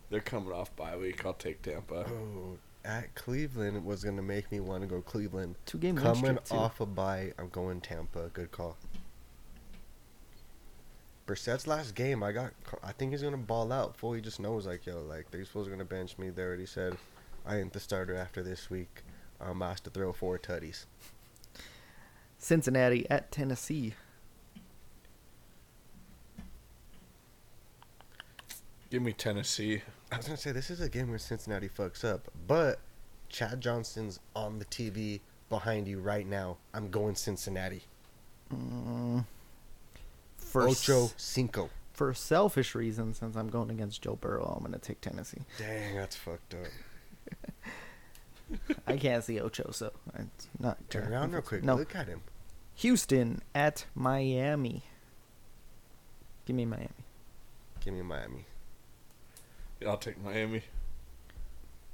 They're coming off bye week. I'll take Tampa. Oh, at Cleveland was gonna make me want to go Cleveland. Two game win Coming streak too. off a bye, I'm going Tampa. Good call. Brissett's last game, I got. I think he's gonna ball out. Fully just knows like yo, like these fools are gonna bench me. They already said I ain't the starter after this week. I'm asked to throw four tutties. Cincinnati at Tennessee. Give me Tennessee. I was gonna say this is a game where Cincinnati fucks up, but Chad Johnson's on the TV behind you right now. I'm going Cincinnati. Mm. For, Ocho s- Cinco. for selfish reasons, since I'm going against Joe Burrow, I'm going to take Tennessee. Dang, that's fucked up. I can't see Ocho, so it's not. Turn gonna- around real quick. No. Look at him. Houston at Miami. Give me Miami. Give me Miami. I'll take Miami.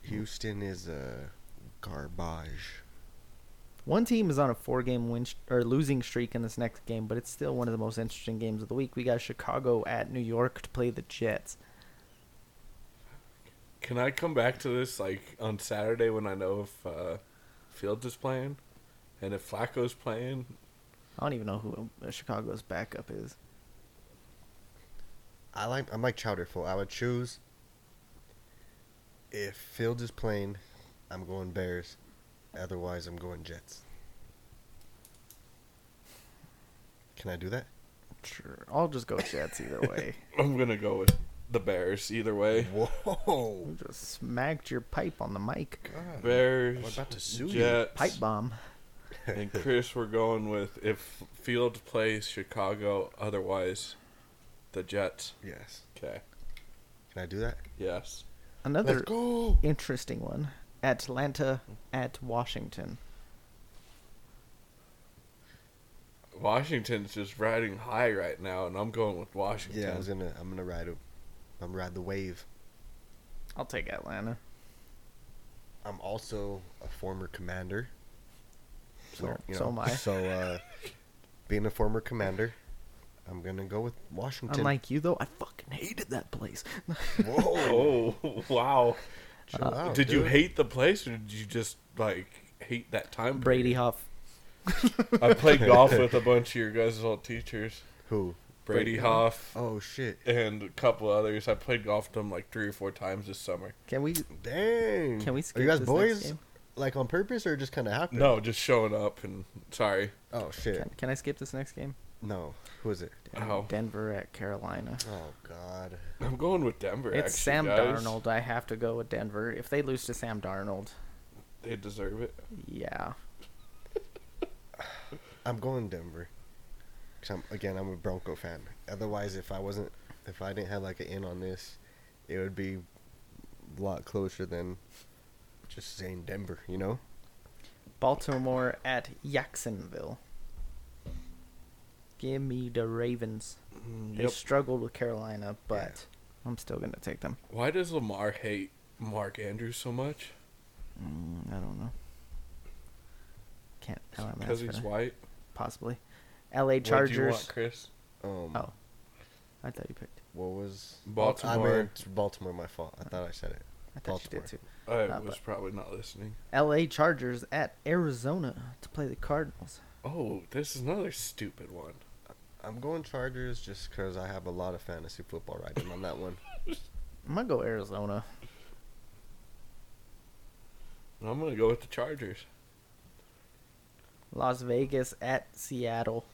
Houston is uh, garbage. One team is on a four-game win sh- or losing streak in this next game, but it's still one of the most interesting games of the week. We got Chicago at New York to play the Jets. Can I come back to this like on Saturday when I know if uh, Fields is playing and if Flacco's playing? I don't even know who uh, Chicago's backup is. I like. I'm like Chowderful. I would choose. If Fields is playing, I'm going Bears. Otherwise, I'm going Jets. Can I do that? Sure, I'll just go Jets <laughs> either way. I'm gonna go with the Bears either way. Whoa! You just smacked your pipe on the mic. God. Bears. We're about to sue you. Jets, Pipe bomb. <laughs> and Chris, we're going with if Fields plays Chicago, otherwise the Jets. Yes. Okay. Can I do that? Yes. Another Let's go. interesting one. Atlanta at Washington. Washington's just riding high right now, and I'm going with Washington. Yeah, I was gonna. I'm gonna ride. A, I'm gonna ride the wave. I'll take Atlanta. I'm also a former commander. So, Well, you know, so <laughs> am I. So, uh, being a former commander, I'm gonna go with Washington. Unlike you though, I fucking hated that place. <laughs> <laughs> whoa, Oh wow! uh, chill out, did you dude. hate the place, or did you just like hate that time? Brady Huff. period? I played golf with a bunch of your guys' old teachers, who? Brady Hoff Oh shit! and a couple others. I played golf with them like three or four times this summer. Can we Dang. Can we Are skip you guys this next boys? game? Like on purpose or just kind of happened? No, just showing up and sorry. Oh shit! can, can I skip this next game? No. Who is it? Oh, Denver at Carolina. Oh god. <laughs> I'm going with Denver. It's actually, Sam guys. Darnold. I have to go with Denver. If they lose to Sam Darnold, They deserve it. yeah. I'm going Denver. Cause I'm again, I'm a Bronco fan. Otherwise, if I wasn't, if I didn't have like an in on this, it would be a lot closer than just saying Denver. You know, Baltimore at Jacksonville. Give me the Ravens. They Yep. struggled with Carolina, but I'm still gonna take them. Why does Lamar hate Mark Andrews so much? Mm, I don't know. Can't tell him Because that's he's for white. possibly. L.A. What do you Chargers. want, Chris? um, Oh, I thought you picked. what was Baltimore. I meant Baltimore. My fault. I thought I said it. I thought you Baltimore. did too. I Uh, was but- probably not listening. L.A. Chargers at Arizona to play the Cardinals. Oh, this is another stupid one. I'm going Chargers just because I have a lot of fantasy football riding on that one. I'm gonna go Arizona. And I'm gonna go with the Chargers. Las Vegas at Seattle.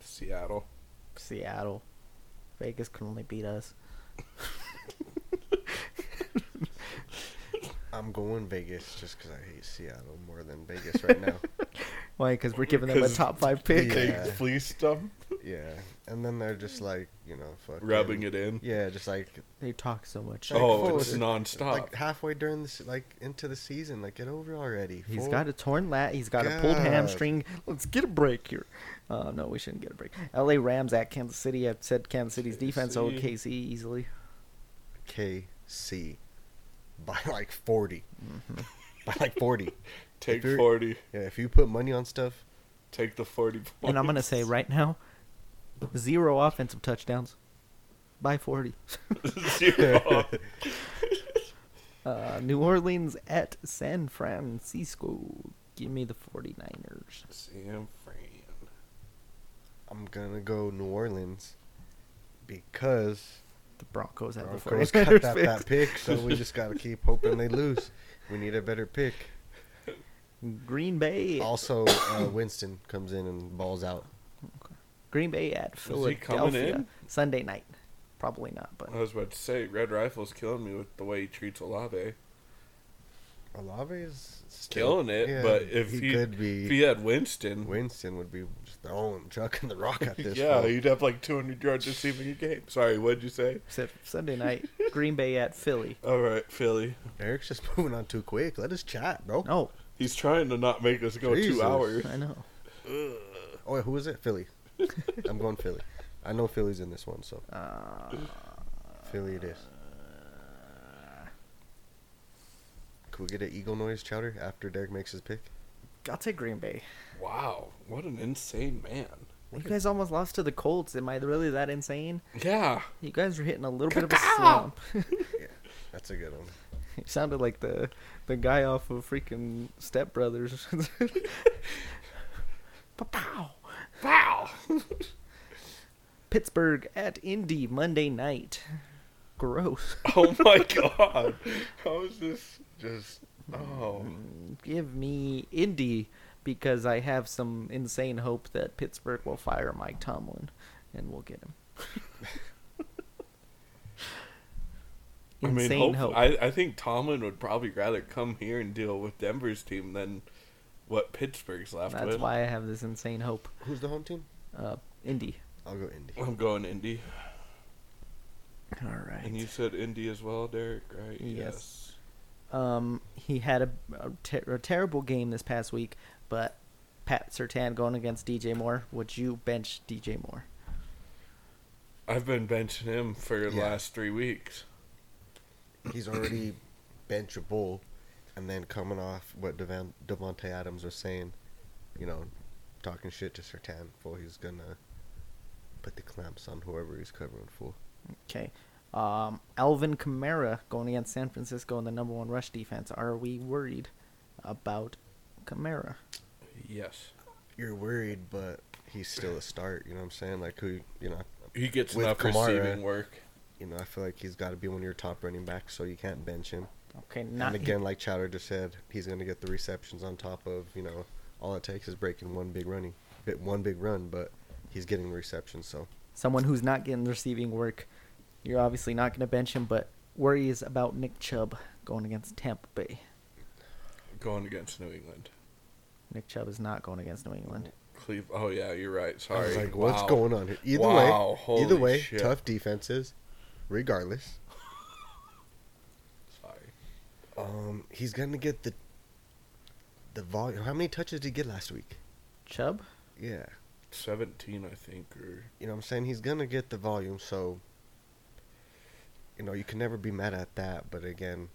Seattle. Seattle. Vegas can only beat us. I'm going Vegas just because I hate Seattle more than Vegas right now. Why? Because we're giving them a <laughs> 'Cause top five pick. Yeah. They fleeced them, yeah, and then they're just like you know, fucking rubbing it in. Yeah, just like They talk so much. Like, oh, forward. it's nonstop. like halfway during this, like into the season. Like get over it already. He's fool. got a torn lat. He's got a pulled God. hamstring. Let's get a break here. Uh, no, we shouldn't get a break. L.A. Rams at Kansas City. I've said Kansas City's defense over KC. KC easily. KC by like 40 Mm-hmm. <laughs> by like forty. take if you're- forty. Yeah, if you put money on stuff, Take the forty. Points. <laughs> And I'm gonna say right now, zero offensive touchdowns by 40. <laughs> <laughs> Zero. <laughs> Uh, New Orleans at San Francisco. Give me the 49ers. San Fran. I'm gonna go New Orleans because The Broncos have Broncos the got 49ers. <laughs> that, that pick, so we just gotta keep hoping they lose. We need a better pick. Green Bay. Also, uh, Winston comes in and balls out. Green Bay at coming Philadelphia in? Sunday night. Probably not, but Uh. I was about to say, Red Rifle's killing me with the way he treats Olave. Olave is still- Killing it, yeah, but if he, could be, if he had Winston, Winston would be just throwing trucking the rock <laughs> at this. yeah, fool. he'd have like 200 yards receiving a game. Sorry, what'd you say? said Sunday night. Green Bay at Philly. All right, Philly. Eric's just <laughs> moving on too quick. Let us chat, bro. No, He's trying to not make us go Jesus. <laughs> two hours. I know. Oh, wait, who is it? <laughs> Philly. I'm going Philly. I know Philly's in this one, so Uh, Philly it is. Can we get an eagle noise chowder after Derek makes <laughs> his pick? I'll take Green Bay. Wow, what an insane man. You guys almost lost to the Colts. Am I really that insane? Yeah, You guys were hitting a little bit of a slump. <laughs> That's a good one. It sounded like the the guy off of freaking Step Brothers. <laughs> Pow! wow. Pittsburgh at Indy Monday night. Gross. <laughs> Oh my <laughs> god. How is this just. Oh. Give me Indy because I have some insane hope that Pittsburgh will fire Mike Tomlin and we'll <laughs> get him. insane hope- hope. I, I think Tomlin would probably rather come here and deal with Denver's team than what Pittsburgh's left That's with. why I have this insane hope. Who's the home team? Uh, Indy. I'll go Indy. I'm going Indy. All And you right. said Indy as well, Derek, right? Yes. Um, he had a, a, ter- a terrible game this past week, but Pat Sertan going against DJ Moore. Would you bench DJ Moore? I've been benching him for the Yeah. last three weeks. He's already benchable, and then coming off what Devan- Devontae Adams was saying, you know, talking shit to Sertan. Fool, he's gonna put the clamps on whoever he's covering. Fool. Okay. Um, Alvin Kamara going against San Francisco in the number one rush defense. Are we worried about Kamara? Yes. You're worried, but he's still a start. You know what I'm saying? Like who? You know, He gets With enough Kamara. receiving work. you know. I feel like he's got to be one of your top running backs, so you can't bench him. Okay, not and again, like Chowder just said, he's going to get the receptions on top of you know all it takes is breaking one big running, bit one big run, but he's getting the receptions. So someone who's not getting the receiving work. You're obviously not going to bench him, but worries about Nick Chubb going against Tampa Bay. Going against New England. Nick Chubb is not going against New England. Cleve- oh, yeah, you're right. I Sorry. was like, what's Wow. going on here? Either Wow, way, holy either way, shit. tough defenses, regardless. Sorry. Um, he's going to get the the volume. How many touches did he get last week? Chubb? Yeah, 17, I think. Or you know what I'm saying he's going to get the volume. So you know you can never be mad at that. But again,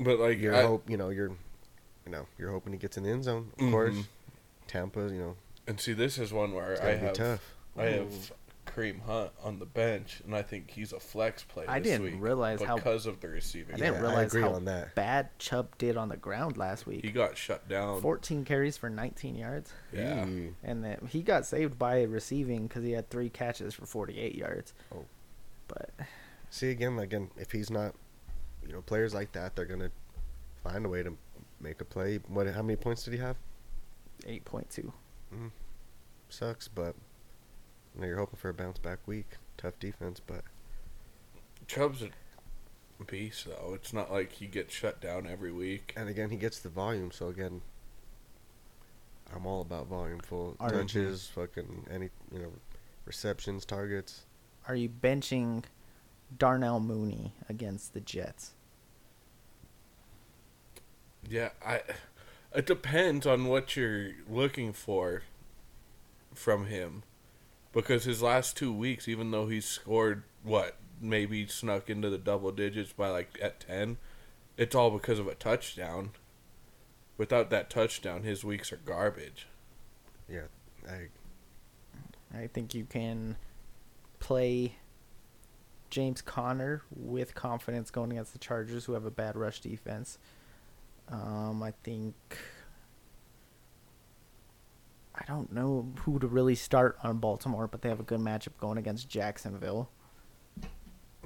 But, like, your I- hope, you know, you're, you know, you're hoping he gets in the end zone. Of course, Tampa, you know, and see, this is one where it's I gonna be have. tough. I have Kareem Hunt on the bench, and I think he's a flex play. I this didn't week realize how- because of the receiving. I Yeah, didn't I realize agree how on that. bad Chubb did on the ground last week. He got shut down. 14 carries for 19 yards. Yeah, Eee. And then he got saved by receiving because he had three catches for 48 yards. Oh. But See again, like, again, if he's not, you know, players like that, they're gonna find a way to make a play. What? How many points did he have? 8.2. Sucks, but you know, you're hoping for a bounce back week. Tough defense, but Chubb's a beast though. It's not like he gets shut down every week. and again, he gets the volume. So again, I'm all about volume, full Are- touches, fucking any, you know, receptions, targets. Are you benching Darnell Mooney against the Jets? Yeah, I. It depends on what you're looking for from him, because his last two weeks, even though he's scored what maybe snuck into the double digits by like at ten, it's all because of a touchdown. Without that touchdown, his weeks are garbage. I I think you can play James Conner with confidence going against the Chargers, who have a bad rush defense. Um, I think I don't know who to really start on Baltimore, but they have a good matchup going against Jacksonville.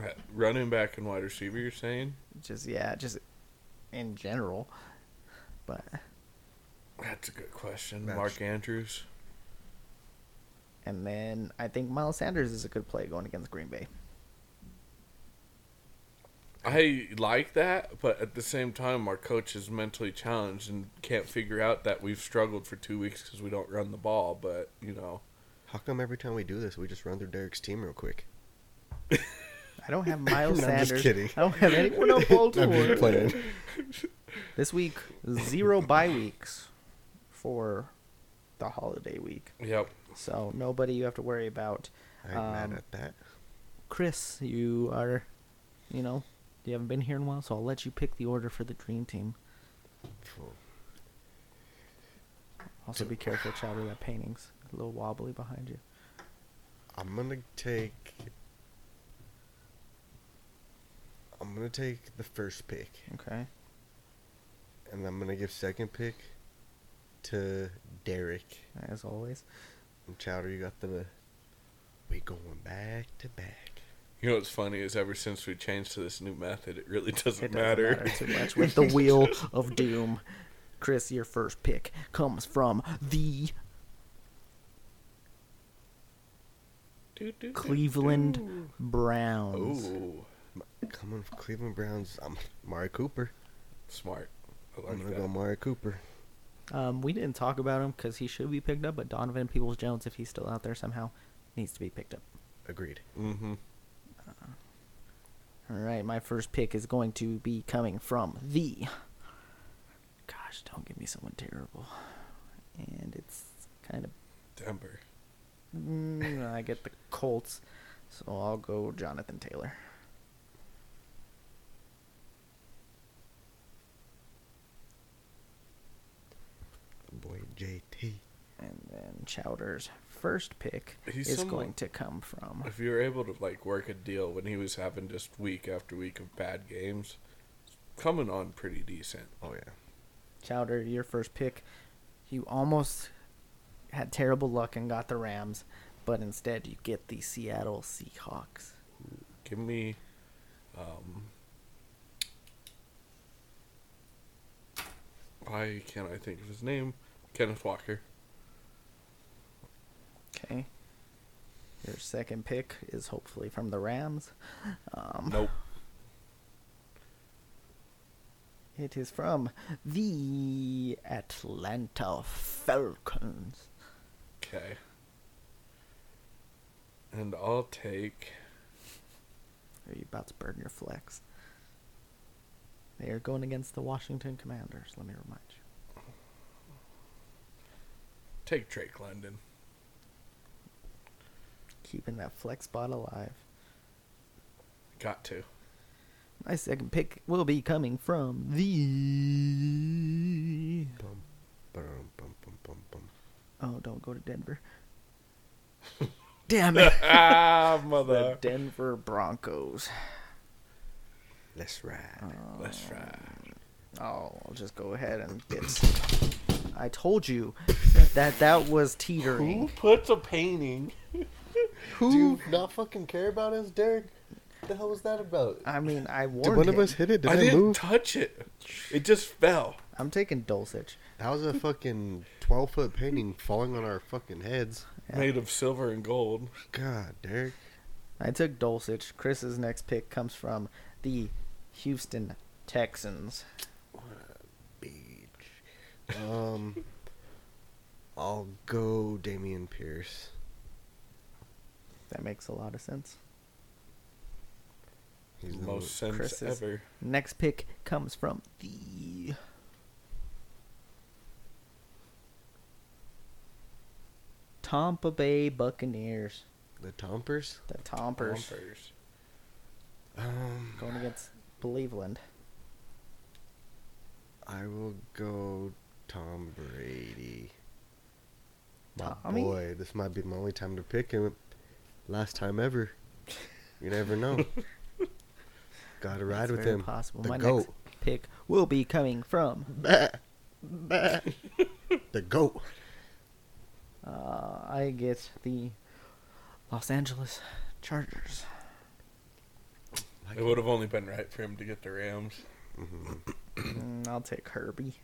At Running back and wide receiver, you're saying? Just yeah, just in general. But That's a good question. Match. Mark Andrews. and then I think Miles Sanders is a good play going against Green Bay. I like that, but at the same time, our coach is mentally challenged and can't figure out that we've struggled for two weeks because we don't run the ball. But you know, How come every time we do this, we just run through Derek's team real quick? I don't <laughs> have Miles No, I'm Sanders. just kidding. I don't have anyone <laughs> on Baltimore. just playing. This week, zero bye weeks for the holiday week. yep. So nobody you have to worry about. I ain't mad Um, at that. Chris, you are, you know, you haven't been here in a while, so I'll let you pick the order for the dream team. Phew. Also, be careful, child, with that paintings. A little wobbly behind you. I'm gonna take. I'm gonna take the first pick, Okay. and I'm gonna give second pick to Derek. As always. And Chowder, you got the. We going back to back. You know what's funny is ever since we changed to this new method, it really <laughs> doesn't, It doesn't matter. matter too much with the wheel of doom. Chris, your first pick comes from the <laughs> Doo, doo, doo, Cleveland doo. Browns. Ooh, Coming from Cleveland Browns, I'm Mari Cooper. smart. I I'm like gonna go that. Mari Cooper. Um, we didn't talk about him because he should be picked up, but Donovan Peoples Jones, if he's still out there somehow, needs to be picked up. Agreed. Mm-hmm. All right, my first pick is going to be coming from the. Gosh, don't give me someone terrible. And it's kind of. Denver. Mm, I get the Colts, so I'll go Jonathan Taylor. Boy, JT. And then Chowder's first pick He's is somewhat- going to come from. If you were able to like work a deal when he was having just week after week of bad games, it's coming on pretty decent. Oh yeah. Chowder, your first pick. You almost had terrible luck and got the Rams, but instead you get the Seattle Seahawks. Give me, um, why can't I think of his name? Kenneth Walker. Okay. Your second pick is hopefully from the Rams. Um, Nope. It is from the Atlanta Falcons. Okay. And I'll take. Are you about to burn your flex? They are going against the Washington Commanders, let me remind you. Take Drake London. Keeping that flex spot alive. Got to. My second pick will be coming from the. Bum, bum, bum, bum, bum, bum. Oh, don't go to Denver. Damn <laughs> it. <laughs> Ah, the mother. Denver Broncos. Let's ride. Let's try. Oh, I'll just go ahead and get. I told you that that was teetering. puts <laughs> a painting? Do you not fucking care about us, Derek? What the hell was that about? I mean, I warned Did one of him. us hit it? Did I I, didn't move? touch it. It just fell. I'm taking Dulcich. that was a fucking twelve foot painting falling on our fucking heads. Made of silver and gold. God, Derek. I took Dulcich. Chris's next pick comes from the Houston Texans. Beach. Um, I'll go Damian Pierce. That makes a lot of sense. He's the Most sense Chris is- ever. Next pick comes from the. Tampa Bay Buccaneers. the Tompers. The Tompers Bumpers. Um, going against Cleveland. I will go Tom Brady. My Tommy? boy, this might be my only time to pick him. last time ever. You never <laughs> know. Got to ride It's with very him. possible. The My goat. next pick will be coming from. Bah. Bah. the goat. Uh, I get the Los Angeles <clears throat> Chargers. It would have only been right for him to get the Rams. Mm, I'll take Herbie.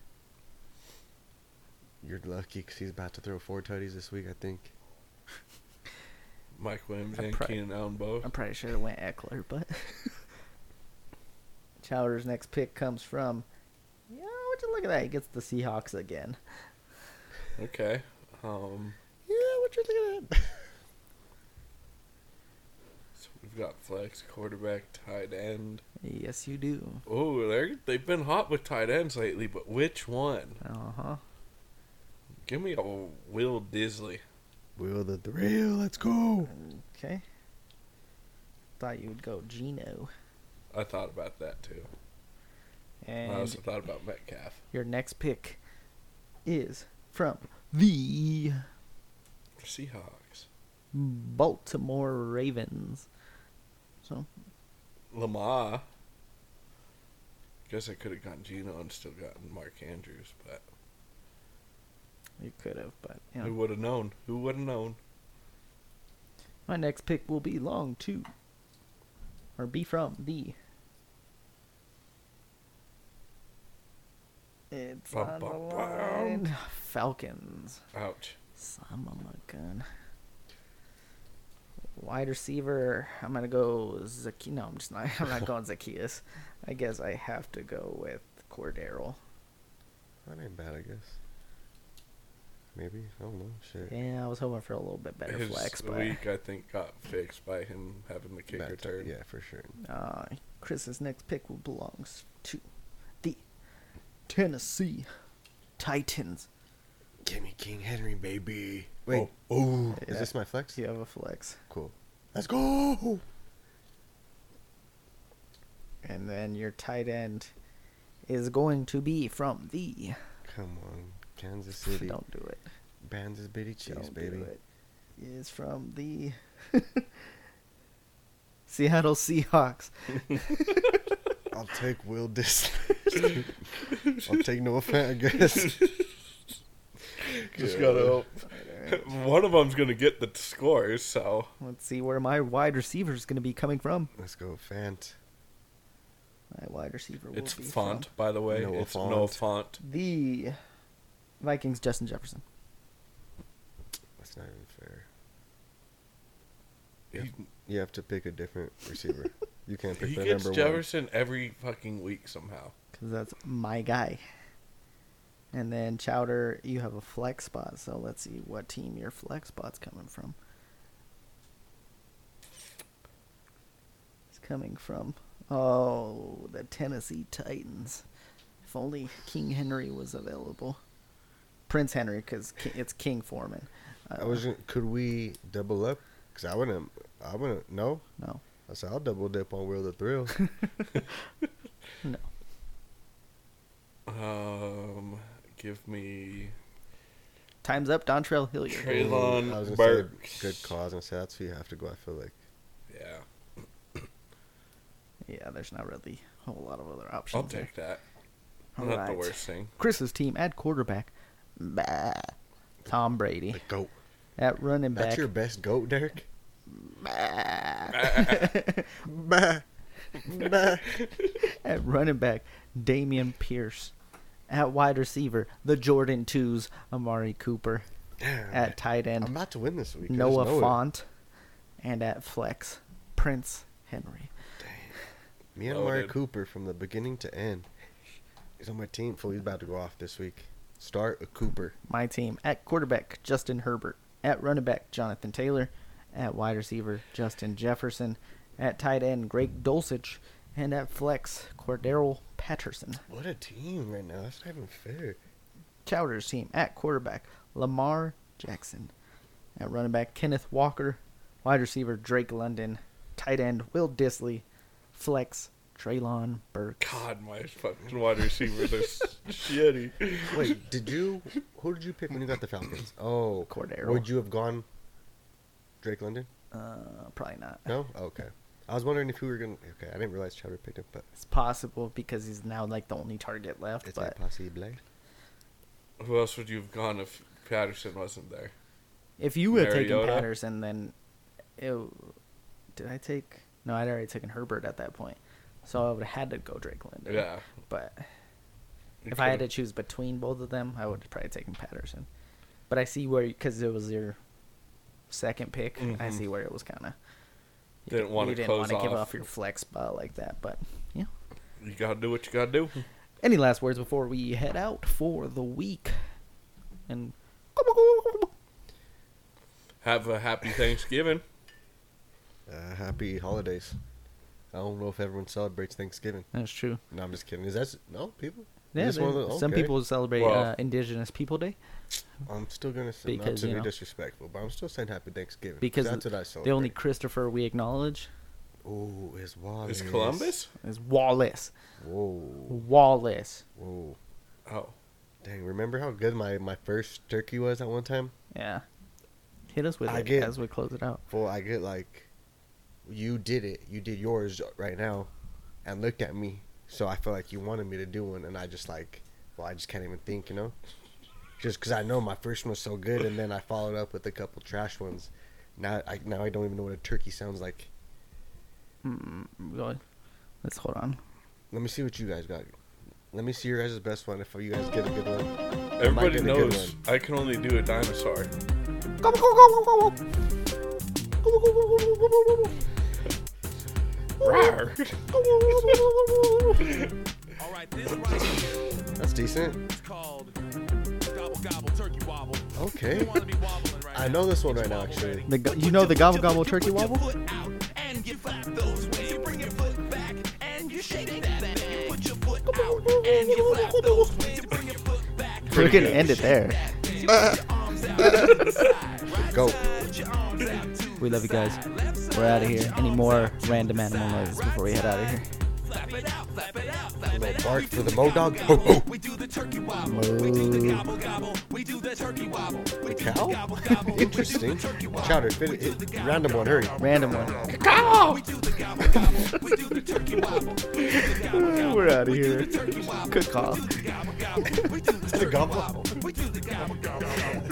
You're lucky because he's about to throw four tutties this week, I think. Mike Williams I and pray- Keenan Allen I both. probably should have went Eckler, but <laughs> Chowder's next pick comes from. Yeah, would you look at that? He gets the Seahawks again. Okay. Um, Yeah, what you looking at? <laughs> so we've got flex, quarterback, tight end. Yes, you do. Oh, they're they've been hot with tight ends lately, but which one? Uh huh. Give me a Will Disley. Will the thrill? Let's go. Okay. Thought you would go Gino. I thought about that too. And I also thought about Metcalf. your next pick is from the Seahawks. Baltimore Ravens. Lamar. Guess I could have gotten Gino and still gotten Mark Andrews, but You could have, but you who know. would have known? Who would have known? my next pick will be long too, or be from the. It's Bum, on the bum, bum. line. Falcons. Ouch. Son of a gun. Wide receiver. I'm gonna go Zacchaeus. No, I'm just not. I'm <laughs> not going Zacchaeus. I guess I have to go with Cordero. That ain't bad, I guess. Maybe I don't know. Shit. Yeah, I was hoping for a little bit better His flex, but week I think got fixed by him having the kick Bad t- return. Yeah, for sure. uh, Chris's next pick will belongs to the Tennessee Titans. Give me King Henry, baby. Wait. Oh. Yeah. Is this my flex? Do you have a flex? Cool. Let's go. And then your tight end is going to be from the. Come on, Kansas City. Don't do it. Bands is bitty cheese, Don't do baby. it. Is from the <laughs> Seattle Seahawks. I'll take <laughs> Will Dis. <laughs> I'll take Noah Fant, I guess. Just gotta hope. <laughs> One of them's gonna get the t- scores, so Let's see where my wide receiver is going to be coming from. Let's go, Fant. My wide receiver will it's be font, by the way. Noah it's Font. no font. from the Vikings. Justin Jefferson. That's not even fair. He, You have to pick a different <laughs> receiver. You can't pick he the gets number Jefferson every fucking week somehow. because that's my guy. And then Chowder, you have a flex spot, so let's see what team your flex spot's coming from. It's coming from oh the Tennessee Titans. If only King Henry was available. Prince Henry, because it's King Foreman. Uh, one. I was. gonna- Could we double up? Cause I wouldn't. I wouldn't. No. No, I said I'll double dip on Will the <laughs> Thrill. no. Um, give me Time's up. Dontrell Hilliard. Traylon I was gonna Burks. say good cause and say that's who you have to go. I feel like Yeah, Yeah, there's not really a whole lot of other options. I'll there. take that. All Not the right. worst thing. Chris's team at quarterback. Bah. Tom Brady the goat. at running That's back. your best goat, Derek. <laughs> At running back, Damian Pierce. At wide receiver, the Jordan twos, Amari Cooper. Damn. At tight I'm end, about to win this week. I just know Noah it. Font. And at flex, Prince Henry. Me and Amari Loaded. Cooper from the beginning to end. He's on my team. Fool, he's about to go off this week. Start a Cooper. My team at quarterback, Justin Herbert. At running back, Jonathan Taylor. At wide receiver, Justin Jefferson. At tight end, Greg Dulcich. And at flex, Cordero Patterson. What a team right now. That's not even fair. Chowder's team at quarterback Lamar Jackson, at running back Kenneth Walker, wide receiver Drake London, tight end Will Disley, flex Traylon Burke. God, my fucking wide <laughs> receivers are shitty. Wait, did you? Who did you pick when you got the Falcons? Oh, Cordero. Would you have gone Drake London? Uh, probably not. No? Okay. I was wondering if you were going to. Okay, I didn't realize Chowder picked up, but It's possible because he's now like the only target left. it's but impossible. Who else would you have gone if Patterson wasn't there? if you would have taken Mariota? Patterson, then it, did I take? No, I'd already taken Herbert at that point, so I would have had to go Drake London. Yeah. But You if I had to could've- choose between both of them, I would have probably taken Patterson. But I see where because it was your second pick, I Mhm. see where it was kind of Didn't wanna you didn't close wanna give off. off your flex spot like that. But yeah. you gotta do what you gotta do. Any last words before we head out for the week? And Have a happy Thanksgiving. Uh, happy holidays. I don't know if everyone celebrates Thanksgiving. that's true. No, I'm just kidding. Is that. No, people? Yeah, Just one of they- the- some okay. people celebrate Well- uh, Indigenous People Day I'm still going to say. Not Because, to you be know- disrespectful, but I'm still saying happy Thanksgiving. because that's what I celebrate. the only Christopher we acknowledge Ooh, it's Wallace. Is Columbus? is Wallace. Whoa. Wallace. Whoa. Oh, Dang, remember how good my, my first turkey was at one time? Yeah. Hit us with I it get- as we close it out. Well, I get like, you did it. You did yours right now, and looked at me. So I feel like you wanted me to do one, and I just like, well, I just can't even think, you know, just because I know my first one was so good, and then I followed up with a couple trash ones. Now I now I don't even know what a turkey sounds like. Go- Let's hold on. Let me see what you guys got. Let me see your guys' best one. If you guys get a good one, everybody get a good knows I can only do a dinosaur. Rawr. All right, this right here that's decent. is called gobble gobble turkey wobble. Okay, wanna be wobbling right I know this one right now actually. The go- you know the gobble gobble turkey wobble? Put out and you flap those ways. You bring your foot back and you shake that back. You put your foot out and you flap those ways. You bring your foot back. We're gonna end it there. Go. We love you guys. We're out of here. Any more random animal noises before we head out of here? Flap it out, flap it out, flap it out. Bark for the mo dog. We do the turkey wobble. We do the gobble gobble. We do the turkey wobble. We do the cow? gobble gobble. We do the Interesting. turkey wobble. Chowder, fit it, it- random one, hurry. Random one. We do the gobble gobble. We do the turkey wobble. We do the gobble gobble. We're out of We do here. the turkey wobble. Good call. We do the gobble gobble. We do the turkey gobble. wobble. We do the gobble gobble.